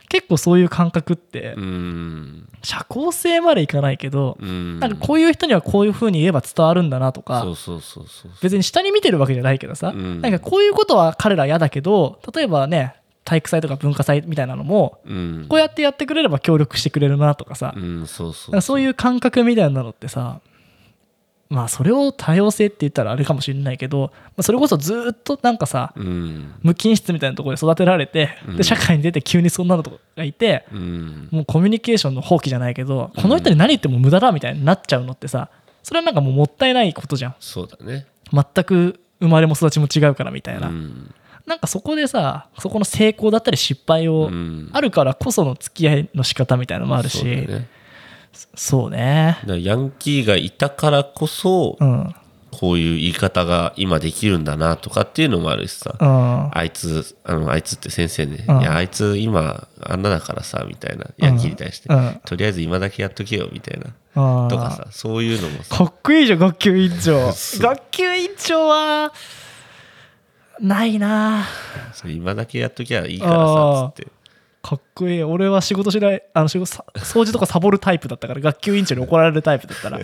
A: 結構そういう感覚って
B: うん
A: 社交性までいかないけど、
B: うん
A: なんかこういう人にはこういう風に言えば伝わるんだなとか
B: そうそうそうそう
A: 別に下に見てるわけじゃないけどさ、
B: うん
A: なんかこういうことは彼ら嫌だけど例えばね体育祭とか文化祭みたいなのも
B: うん
A: こうやってやってくれれば協力してくれるなとかさ、
B: うんそう
A: そ
B: そう
A: なんかそういう感覚みたいなのってさまあそれを多様性って言ったらあれかもしれないけど、まあ、それこそずーっとなんかさ
B: うん
A: 無菌室みたいなところで育てられて
B: うん
A: で社会に出て急にそんなのとかがいて
B: うん
A: もうコミュニケーションの放棄じゃないけどこの人に何言っても無駄だみたいになっちゃうのってさそれはなんかもうもったいないことじゃん
B: そうだね
A: 全く生まれも育ちも違うからみたいな、
B: うん
A: なんかそこでさそこの成功だったり失敗
B: う
A: を、
B: ん
A: あるからこその付き合いの仕方みたいなのもあるし
B: そうだね
A: そうね
B: だからヤンキーがいたからこそ、
A: うん
B: こういう言い方が今できるんだなとかっていうのもあるしさ、
A: うん
B: あいつあのあいつって先生ね、
A: うん
B: いやあいつ今あんなだからさみたいなヤンキーに対して、
A: うん
B: とりあえず今だけやっとけよみたいな、
A: あー
B: とかさそういうのもさ
A: かっこいいじゃん学級委員 長
B: そう
A: 学級委員長はないな
B: そう今だけやっときゃいいからさつって
A: かっこいい俺は仕事しないあの仕事さ掃除とかサボるタイプだったから学級委員長に怒られるタイプだったら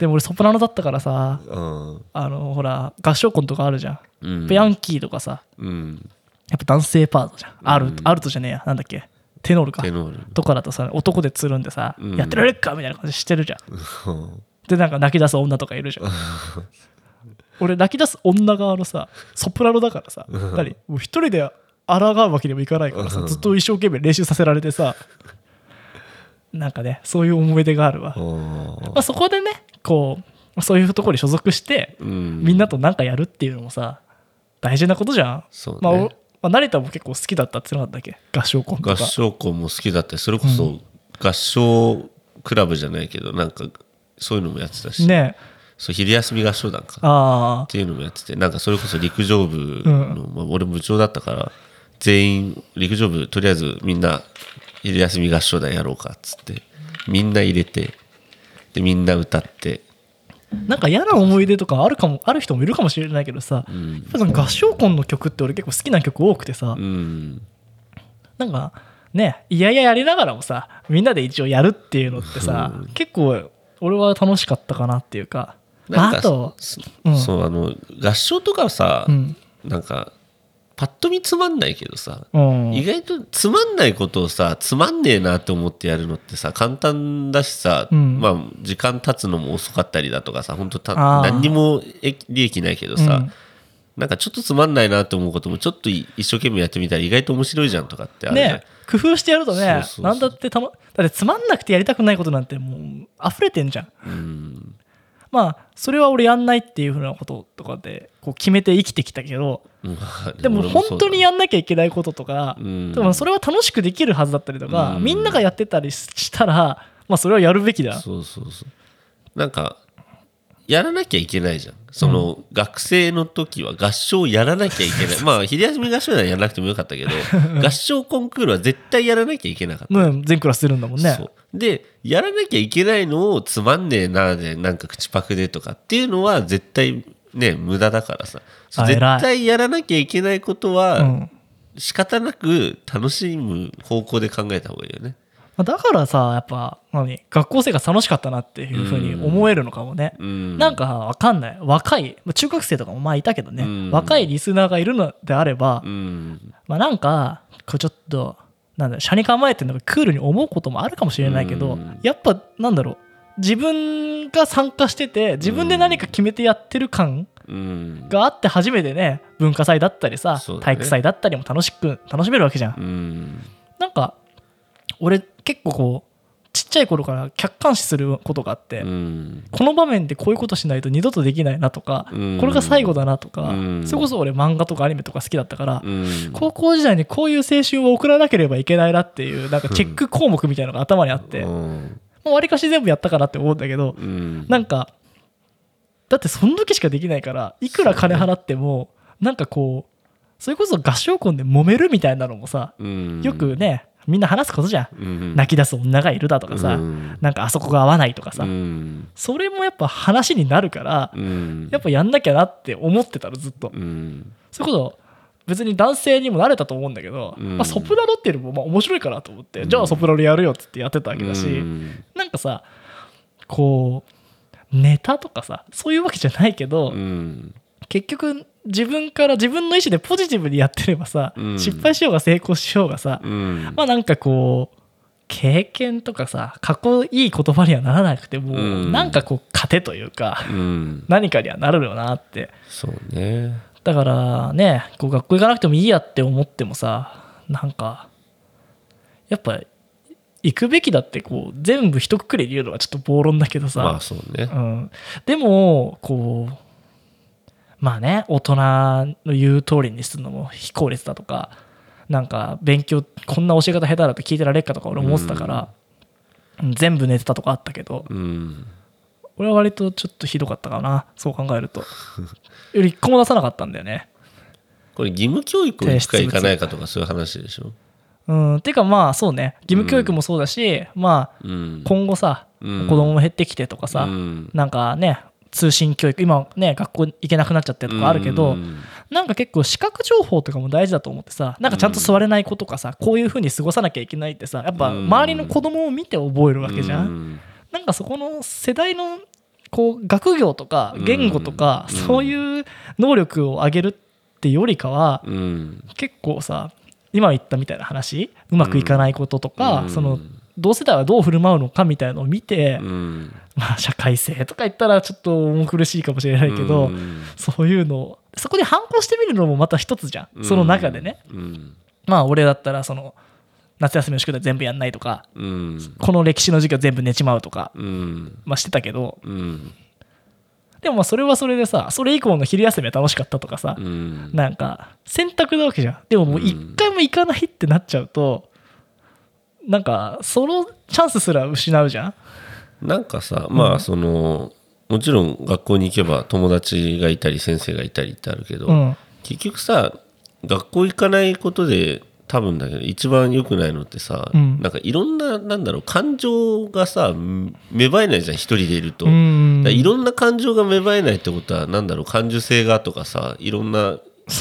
A: でも俺ソプラノだったからさ
B: うん
A: あのほら合唱コンとかあるじゃん、
B: うん
A: ペヤンキーとかさ
B: うん
A: やっぱ男性パートじゃん、アルトアルトじゃねえやなんだっけテノールか
B: テノール
A: とかだとさ男でつるんでさ、
B: うん
A: やってられっかみたいな感じしてるじゃん
B: うん
A: でなんか泣き出す女とかい るじゃん俺泣き出す女側のさソプラノだからさ何もう一人で抗うわけにもいかないからさずっと一生懸命練習させられてさなんかねそういう思い出があるわ、まあ、そこでねこうそういうところに所属して
B: うん
A: みんなとなんかやるっていうのもさ大事なことじゃん、
B: そうね
A: まあおまあ成田も結構好きだったってなかったっけ合唱コンと
B: 合
A: か
B: 唱校も好きだったりそれこそ合唱クラブじゃないけどなんかそういうのもやってたし、
A: ね
B: そう昼休み合唱団かっ
A: ああ
B: ていうのもやっててなんかそれこそ陸上部の、まあ、俺部長だったから全員陸上部とりあえずみんな昼休み合唱団やろうかっつってみんな入れてでみんな歌って
A: なんか嫌な思い出とかあるかもある人もいるかもしれないけどさ、やっぱその合唱コンの曲って俺結構好きな曲多くてさ、
B: うん
A: なんかねいやいややりながらもさみんなで一応やるっていうのってさ、結構俺は楽しかったかなっていうか
B: なんか
A: あと
B: そ
A: うん
B: そうあの合唱とかはさ、
A: うん
B: なんかパッと見つまんないけどさ、
A: うん
B: 意外とつまんないことをさつまんねえなって思ってやるのってさ簡単だしさ、
A: うん
B: まあ、時間経つのも遅かったりだとかさ本当た
A: あー
B: 何にもえ利益ないけどさ、
A: うん
B: なんかちょっとつまんないなって思うこともちょっとい一生懸命やってみたら意外と面白いじゃんとかってあるじゃん
A: ね工夫してやるとね
B: そうそうそう
A: なんだってたまだってつまんなくてやりたくないことなんてもう溢れてんじゃん
B: うん
A: まあそれは俺やんないっていうふうなこととかでこう決めて生きてきたけど
B: うん
A: でも本当にやんなきゃいけないこととか、
B: うん
A: でもそれは楽しくできるはずだったりとか、
B: うん
A: みんながやってたりしたら、まあ、それはやるべきだ。
B: そうそうそうなんかやらなきゃいけないじゃんその、学生の時は合唱やらなきゃいけ ないまあ昼休み合唱ならやらなくてもよかったけど合唱コンクールは絶対やらなきゃいけなかった、
A: うん、全クラス出るんだもんね
B: そ。うでやらなきゃいけないのをつまんねえなでなんか口パクでとかっていうのは絶対ね無駄だからさそう
A: あ
B: 絶
A: 偉い
B: 対やらなきゃいけないことは、
A: うんま
B: 仕方なく楽しむ方向で考えた方がいいよね。
A: あだからさやっぱ何学校生活楽しかったなっていうふうに思えるのかもね。
B: うん、
A: なんかわかんない若いまあ中学生とかもまあいたけどね、
B: うん
A: 若いリスナーがいるのであれば、
B: うん、
A: まあなんかこうちょっとなんだろう斜に構えてるのがクールに思うこともあるかもしれないけど、
B: うん
A: やっぱなんだろう自分が参加してて自分で何か決めてやってる感
B: うん、
A: があって初めてね文化祭だったりさ、
B: そうだね
A: 体育祭だったりも楽しく楽しめるわけじゃん、
B: うん、
A: なんか俺結構こうちっちゃい頃から客観視することがあって、
B: うん、
A: この場面でこういうことしないと二度とできないなとか、
B: うん
A: これが最後だなとか、
B: うん
A: それこそ俺漫画とかアニメとか好きだったから、
B: うん、
A: 高校時代にこういう青春を送らなければいけないなっていうなんかチェック項目みたいなのが頭にあって、
B: う
A: も
B: ん、
A: うわりかし全部やったかなって思うんだけど、
B: うん、
A: なんかだってそん時しかできないからいくら金払っても、なんかこうそれこそ合唱コンで揉めるみたいなのもさ
B: うん
A: よくねみんな話すことじゃん、
B: うん
A: 泣き出す女がいるだとかさ、
B: うん
A: なんかあそこが合わないとかさ、
B: うん、
A: それもやっぱ話になるから、
B: うん、
A: やっぱやんなきゃなって思ってたらずっと。
B: うん、
A: それこそ別に男性にも慣れたと思うんだけど、
B: うん
A: まあ、ソプラノっていうのもまあ面白いかなと思って、
B: うん
A: じゃあソプラノやるよっつってやってたわけだし、
B: うん
A: なんかさこうネタとかさそういうわけじゃないけど、
B: うん、
A: 結局自分から自分の意思でポジティブにやってればさ、
B: うん
A: 失敗しようが成功しようがさ、
B: うん、
A: まあなんかこう経験とかさかっこいい言葉にはならなくても、
B: うん
A: なんかこう糧というか、
B: うん、
A: 何かにはなるよなって
B: そうね、
A: だからねこう学校行かなくてもいいやって思ってもさなんかやっぱ行くべきだってこう全部一括りで言うのはちょっと暴論だけどさ、
B: まあそうね、
A: うん、でもこうまあね大人の言う通りにするのも非効率だとかなんか勉強こんな教え方下手だと聞いてられっかとか俺思ってたから、うん全部寝てたとかあったけど
B: うん、
A: 俺は割とちょっとひどかったかなそう考えるとより一個も出さなかったんだよね
B: これ義務教育を行くか行かないかとかそういう話でしょ。
A: うんてかまあそうね義務教育もそうだし、まあ
B: うん、
A: 今後さ、
B: うん
A: 子供も減ってきてとかさ、
B: うん、
A: なんかね通信教育今ね学校行けなくなっちゃってるとかあるけど、
B: うん
A: なんか結構視覚情報とかも大事だと思ってさなんかちゃんと座れない子とかさこういう風に過ごさなきゃいけないってさやっぱ
B: うん
A: 周りの子供を見て覚えるわけじゃん、
B: うん
A: なんかそこの世代のこう学業とか言語とか、
B: うん
A: そういう能力を上げるってよりかは、
B: うん
A: 結構さ今言ったみたいな話うまくいかないこととか、
B: うん
A: その同世代はどう振る舞うのかみたいのを見て、
B: うん
A: まあ社会性とか言ったらちょっと重苦しいかもしれないけど、
B: うん
A: そういうのをそこに反抗してみるのもまた一つじゃんその中でね、
B: うん
A: まあ俺だったらその夏休みの宿題全部やんないとか
B: うん
A: この歴史の授業全部寝ちまうとか、
B: うん
A: まあ、してたけど
B: うん
A: でもまあそれはそれでさそれ以降の昼休みは楽しかったとかさ、
B: うん
A: なんか選択なわけじゃんでももう一回も行かないってなっちゃうと、なんかそのチャンスすら失うじゃん
B: なんかさまあそのもちろん学校に行けば友達がいたり先生がいたりってあるけど、
A: うん
B: 結局さ学校行かないことで多分だけど一番良くないのってさ、
A: うん
B: なんかいろんななんだろう感情がさ芽生えないじゃん一人でいると。
A: うん
B: だからいろんな感情が芽生えないってことはなんだろう感受性がとかさいろんな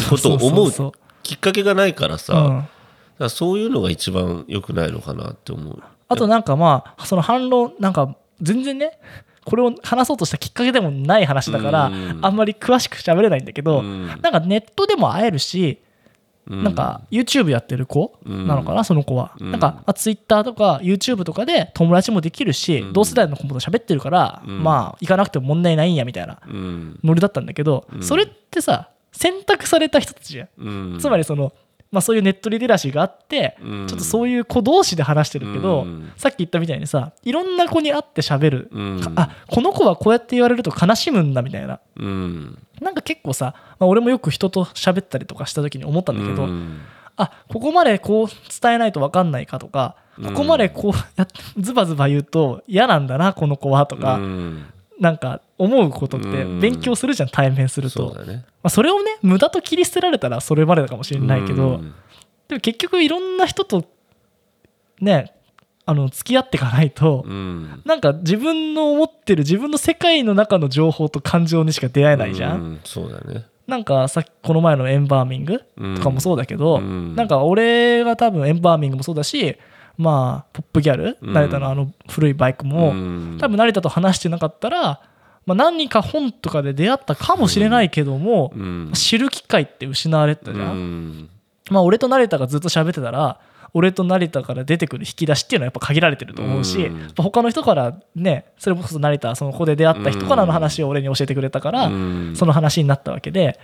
B: ことを思
A: そうそう
B: うきっかけがないからさ、
A: う
B: だか
A: ん
B: らそういうのが一番良くないのかなって思う。
A: あとなんかまあその反論なんか全然ねこれを話そうとしたきっかけでもない話だから
B: うん
A: あんまり詳しく喋れないんだけど
B: うん
A: なんかネットでも会えるし
B: うん
A: なんか YouTube やってる子なのかなその子は
B: うん
A: なんかあ Twitter とか YouTube とかで友達もできるし
B: うん
A: 同世代の子も喋ってるから
B: うん
A: まあ行かなくても問題ないんやみたいな
B: うん
A: ノリだったんだけど
B: うん
A: それってさ選択された人たちじゃん
B: うん、
A: つまりそのまあ、そういうネットリテラシーがあって、
B: うん
A: ちょっとそういう子同士で話してるけど、
B: うん
A: さっき言ったみたいにさいろんな子に会って喋る、
B: うん
A: かあこの子はこうやって言われると悲しむんだみたいな
B: うん
A: なんか結構さ、まあ、俺もよく人と喋ったりとかした時に思ったんだけど、
B: うん
A: あここまでこう伝えないと分かんないかとかここまでこうやっズバズバ言うと嫌なんだなこの子はとか、
B: うん
A: なんか思うことって
B: うん
A: 勉強するじゃん対面すると
B: そうだね
A: まあ、それをね無駄と切り捨てられたらそれまでかもしれないけど、
B: うん
A: でも結局いろんな人とねあの付き合っていかないと、
B: うん
A: なんか自分の思ってる自分の世界の中の情報と感情にしか出会えないじゃん、
B: うそうだね
A: なんかさっきこの前のエンバーミングとかもそうだけど、
B: うん
A: なんか俺が多分エンバーミングもそうだしまあポップギャル
B: うん
A: 成田のあの古いバイクも、
B: ん
A: 多分成田と話してなかったら、まあ、何か本とかで出会ったかもしれないけども、
B: うん
A: 知る機会って失われてたじゃん、
B: うん
A: まあ俺と成田がずっと喋ってたら俺と成田から出てくる引き出しっていうのはやっぱ限られてると思うし、
B: うん
A: やっぱ他の人からねそれこそ成田その子で出会った人からの話を俺に教えてくれたから、
B: うん
A: その話になったわけで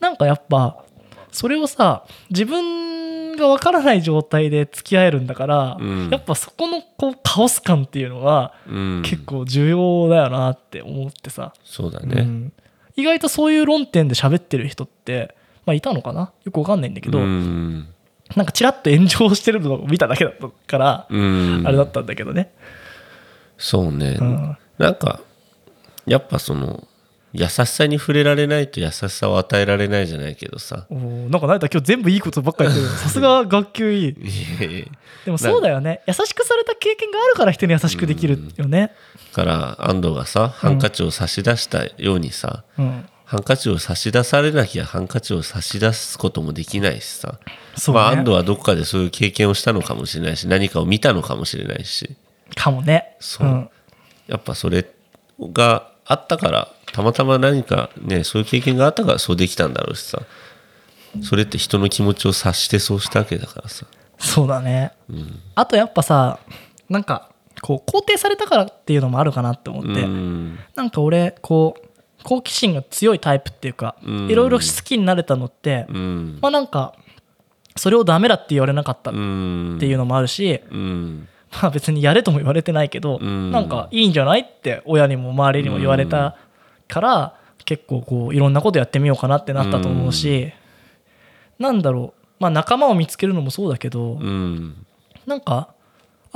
A: なんかやっぱそれをさ自分がわからない状態で付き合えるんだから、
B: うん
A: やっぱそこのこうカオス感っていうのは
B: うん
A: 結構重要だよなって思ってさ、
B: そうだ
A: う
B: ね
A: ん意外とそういう論点で喋ってる人って、まあ、いたのかなよくわかんないんだけど、
B: うん
A: なんかちらっと炎上してるのを見ただけだったから、
B: うん
A: あれだったんだけどね、
B: そうね
A: うん
B: なんかやっぱその優しさに触れられないと優しさを与えられないじゃないけどさ
A: おーなんか成田今日全部いいことばっかり言ってるさすが学級いい
B: いやいや
A: でもそうだよね優しくされた経験があるから人に優しくできるよね
B: から安藤がさハンカチを差し出したようにさ、
A: うん、
B: ハンカチを差し出されなきゃハンカチを差し出すこともできないしさ、
A: そうね、
B: まあ、安藤はどこかでそういう経験をしたのかもしれないし何かを見たのかもしれないし
A: かもね
B: そう
A: うん
B: やっぱそれがあったからたまたま何かねそういう経験があったからそうできたんだろうしさそれって人の気持ちを察してそうしたわけだからさ
A: そうだね、あとやっぱさなんかこう肯定されたからっていうのもあるかなって思って、
B: うん
A: なんか俺こう好奇心が強いタイプっていうか
B: うん
A: いろいろ好きになれたのって、
B: うん
A: まあなんかそれをダメだって言われなかったっ
B: うん
A: ていうのもあるし、
B: うん
A: まあ別にやれとも言われてないけど、
B: うん
A: なんかいいんじゃないって親にも周りにも言われたから、結構こういろんなことやってみようかなってなったと思うし、なんだろう、まあ、仲間を見つけるのもそうだけ
B: う
A: ど、
B: ん
A: なんか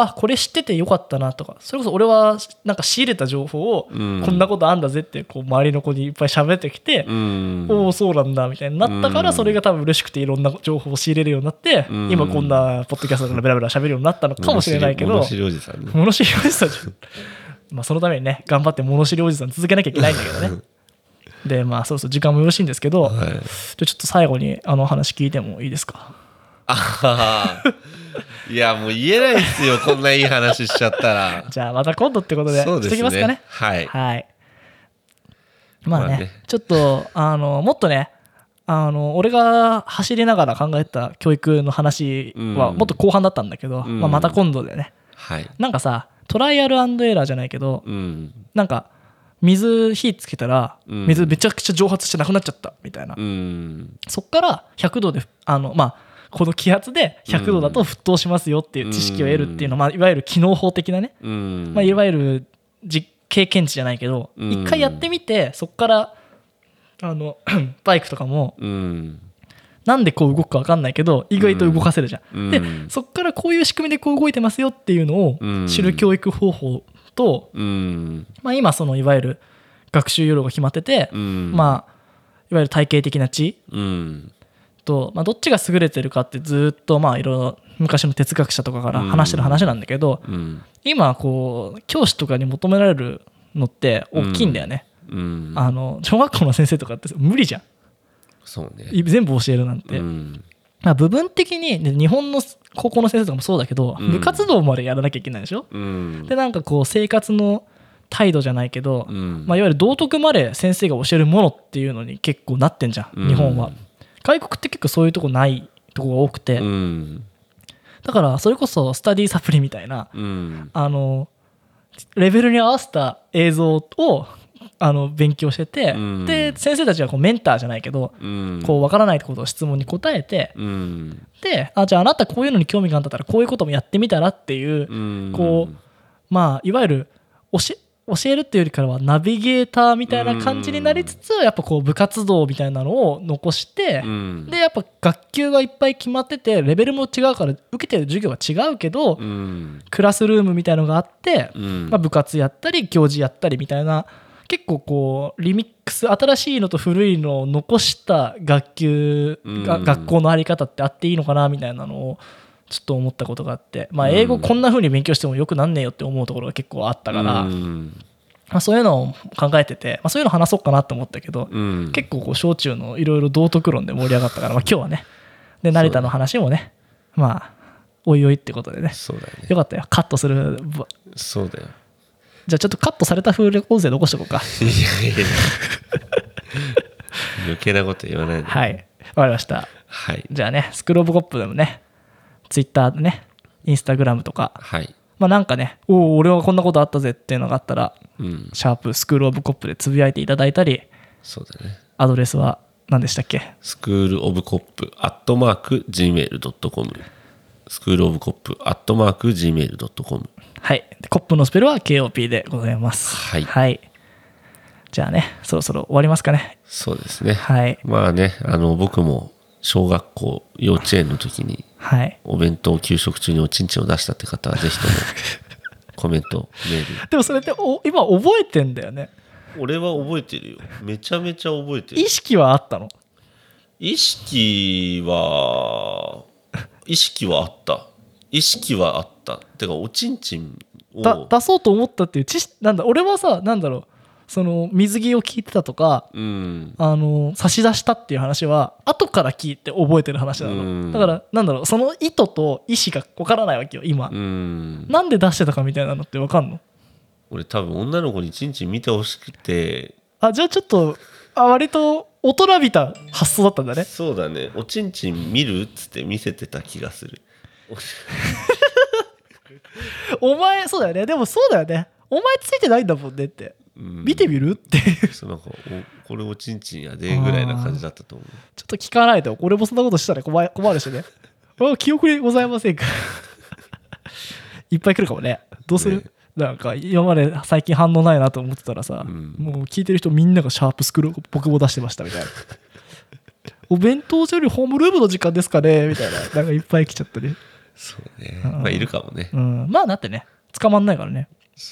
A: あこれ知っててよかったなとかそれこそ俺はなんか仕入れた情報を、
B: うん
A: こんなことあんだぜってこう周りの子にいっぱい喋ってきて、
B: うん
A: おおそうなんだみたいになったから
B: うん
A: それが多分嬉しくていろんな情報を仕入れるようになって、
B: うん
A: 今こんなポッドキャストからベラベラ喋るようになったのかもしれないけど
B: 物知りおじさんね
A: 物知りおじさんじゃんまあそのためにね頑張って物知りおじさん続けなきゃいけないんだけ どねでまあそうそう時間もよろしいんですけど、じゃ
B: はい
A: あちょっと最後にあの話聞いてもいいですか
B: あははいやもう言えないですよこんないい話しちゃったら
A: じゃあまた今度ってことで
B: そう
A: し
B: で
A: てき
B: す
A: ますか
B: ね
A: ね
B: はい
A: はいまあね,、
B: まあね
A: ちょっとあのもっとねあの俺が走りながら考えた教育の話は
B: うん
A: もっと後半だったんだけど、
B: ん
A: まあ、また今度でね
B: はい
A: なんかさトライアルエラーじゃないけど
B: うん
A: なんか水火つけたら
B: うん
A: 水めちゃくちゃ蒸発してなくなっちゃったみたいな、
B: うん
A: そっから100度であのまあこの気圧で100度だと沸騰しますよっていう知識を得るっていうのは、まあ、いわゆる機能法的なね、
B: うん
A: まあ、いわゆる実経験値じゃないけど
B: うん
A: 一回やってみてそっからあの バイクとかも
B: うん
A: なんでこう動くか分かんないけど意外と動かせるじゃん、
B: うん
A: で
B: うん
A: そっからこういう仕組みでこう動いてますよっていうの
B: う
A: を
B: ん
A: 知る教育方法と、
B: うん
A: まあ、今そのいわゆる学習要領が決まってて、
B: うん
A: まあいわゆる体系的な知
B: うん
A: と、まあ、どっちが優れてるかってずっとまあいろいろ昔の哲学者とかから話してる話なんだけど、
B: うん
A: 今こう教師とかに求められるのって大きいんだよね、
B: うん
A: あの小学校の先生とかって無理じゃん
B: そうね
A: い全部教えるなんて、
B: うん
A: まあ、部分的にで日本の高校の先生とかもそうだけど、
B: うん
A: 部活動までやらなきゃいけないでしょ、
B: うん
A: でなんかこう生活の態度じゃないけど、
B: うん
A: まあ、いわゆる道徳まで先生が教えるものっていうのに結構なってんじゃん、
B: うん
A: 日本は外国って結構そういうとこないとこが多くて、
B: うん
A: だからそれこそスタディサプリみたいな
B: うん
A: あのレベルに合わせた映像をあの勉強してて、
B: うん
A: で先生たちがこうメンターじゃないけど、
B: うん
A: こう分からないことを質問に答えて、
B: うん
A: であじゃああなたこういうのに興味があるんだったらこういうこともやってみたらっていう、
B: うん
A: こうまあいわゆる教え教えるっていうよりからはナビゲーターみたいな感じになりつつ、やっぱこう部活動みたいなのを残して、
B: うん
A: でやっぱ学級がいっぱい決まっててレベルも違うから受けてる授業が違うけど、
B: うん
A: クラスルームみたいのがあって、
B: うん
A: まあ、部活やったり行事やったりみたいな結構こうリミックス新しいのと古いのを残した学級が、
B: うん
A: 学校のあり方ってあっていいのかなみたいなのをちょっと思ったことがあって、まあ、英語こんな風に勉強してもよくなんねえよって思うところが結構あったから、
B: う
A: ま
B: ん
A: あ、そういうのを考えてて、まあ、そういうの話そうかなと思ったけど、
B: うん
A: 結構こう小中のいろいろ道徳論で盛り上がったから、まあ、今日はねで成田の話もねまあおいおいってことでね
B: そうだよね
A: よかったよカットするば
B: そうだよ
A: じゃあちょっとカットされた風音声残しておこ うか
B: いやいやいや余計なこと言わないで
A: はいわかりました
B: はい
A: じゃあねスクローブコップでもねツイッターでねインスタグラムとか
B: はい
A: まあなんかねおお俺はこんなことあったぜっていうのがあったら
B: うん
A: シャープスクローブコップでつぶやいていただいたり
B: そうだね
A: アドレスは何でしたっけ
B: スクールオブコップアットマーク Gmail.com スクールオブコップアットマーク Gmail.com
A: はいコップのスペルは KOP でございます
B: はい
A: じゃあねそろそろ終わりますかね
B: そうですね、
A: はい
B: まあねあの僕も小学校幼稚園の時に
A: はい
B: お弁当給食中におちんちんを出したって方はぜ ひともコメントメー
A: でもそれってお今覚えてんだよね
B: ル俺は覚えてるよめちゃめちゃ覚えて
A: 意識はあったの
B: 意識は意識はあった意識はあったてかおちんちん
A: だ出そうと思ったっていう知識なんだ俺はさなんだろうその水着を聞いてたとか
B: うん
A: あの差し出したっていう話は後から聞いて覚えてる話なの、
B: うん
A: だからなんだろうその意図と意思が分からないわけよ今、
B: うん
A: なんで出してたかみたいなのって分かんの
B: 俺多分女の子にちんちん見てほしくて
A: あじゃあちょっとあ割と大人びた発想だったんだね
B: そうだねおちんちん見るっつって見せてた気がする
A: お前そうだよねでもそうだよねお前ついてないんだもんねって
B: うん
A: 見てみるっていう
B: そうなんかおこれおちんちんやでぐらいな感じだったと思う
A: ちょっと聞かないと俺もそんなことしたら困る困るしねあ記憶にございませ んかいっぱい来るかもねどうする、
B: ね
A: なんか今まで最近反応ないなと思ってたらさ、
B: うん
A: もう聞いてる人みんながシャープスクロール僕も出してましたみたいなお弁当所よりホームルームの時間ですかねみたいななんかいっぱい来ちゃったね
B: そうね
A: うん
B: まあいるかもね
A: うんまあだってね捕まんないからね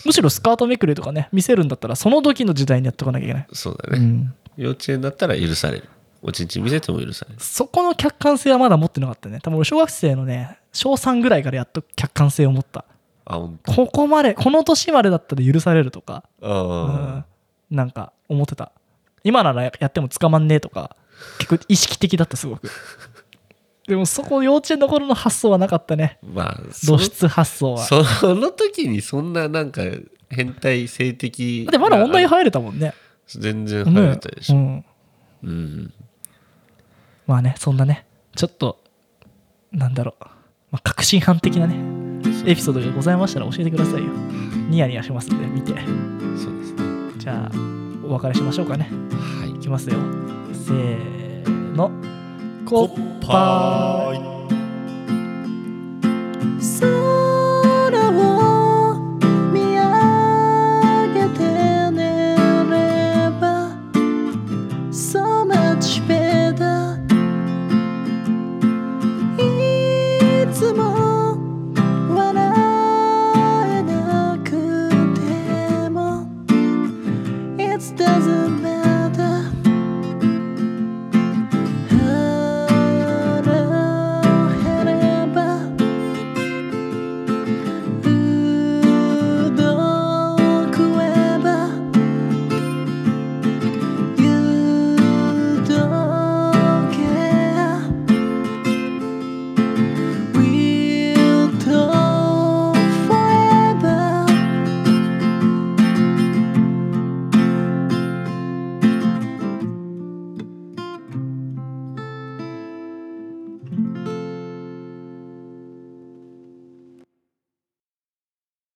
A: むしろスカートめくれとかね見せるんだったらその時の時代にやっとかなきゃいけない、
B: そうだ
A: う
B: ね、
A: ん、
B: 幼稚園だったら許されるおちんちん見せても許される
A: そこの客観性はまだ持ってなかったね多分俺小学生のね小3ぐらいからやっと客観性を持った
B: あほんと
A: ここまでこの年までだったら許されるとか、
B: あ
A: うんなんか思ってた今ならやっても捕まんねえとか結構意識的だったす ごくでもそこ幼稚園の頃の発想はなかったね
B: ーまあその
A: 露出発想は
B: その時にそんななんか変態性的
A: だってまだ女
B: 入
A: に入れたもんね
B: 全然入れたでしょ、
A: ねうん
B: うん
A: まあねそんなねちょっとなんだろう、まあ、確信犯的なねエピソードがございましたら教えてくださいよニヤニヤしますんで見て
B: そうですね
A: じゃあお別れしましょうかね
B: はい
A: いきますよせーの
B: コッパーイ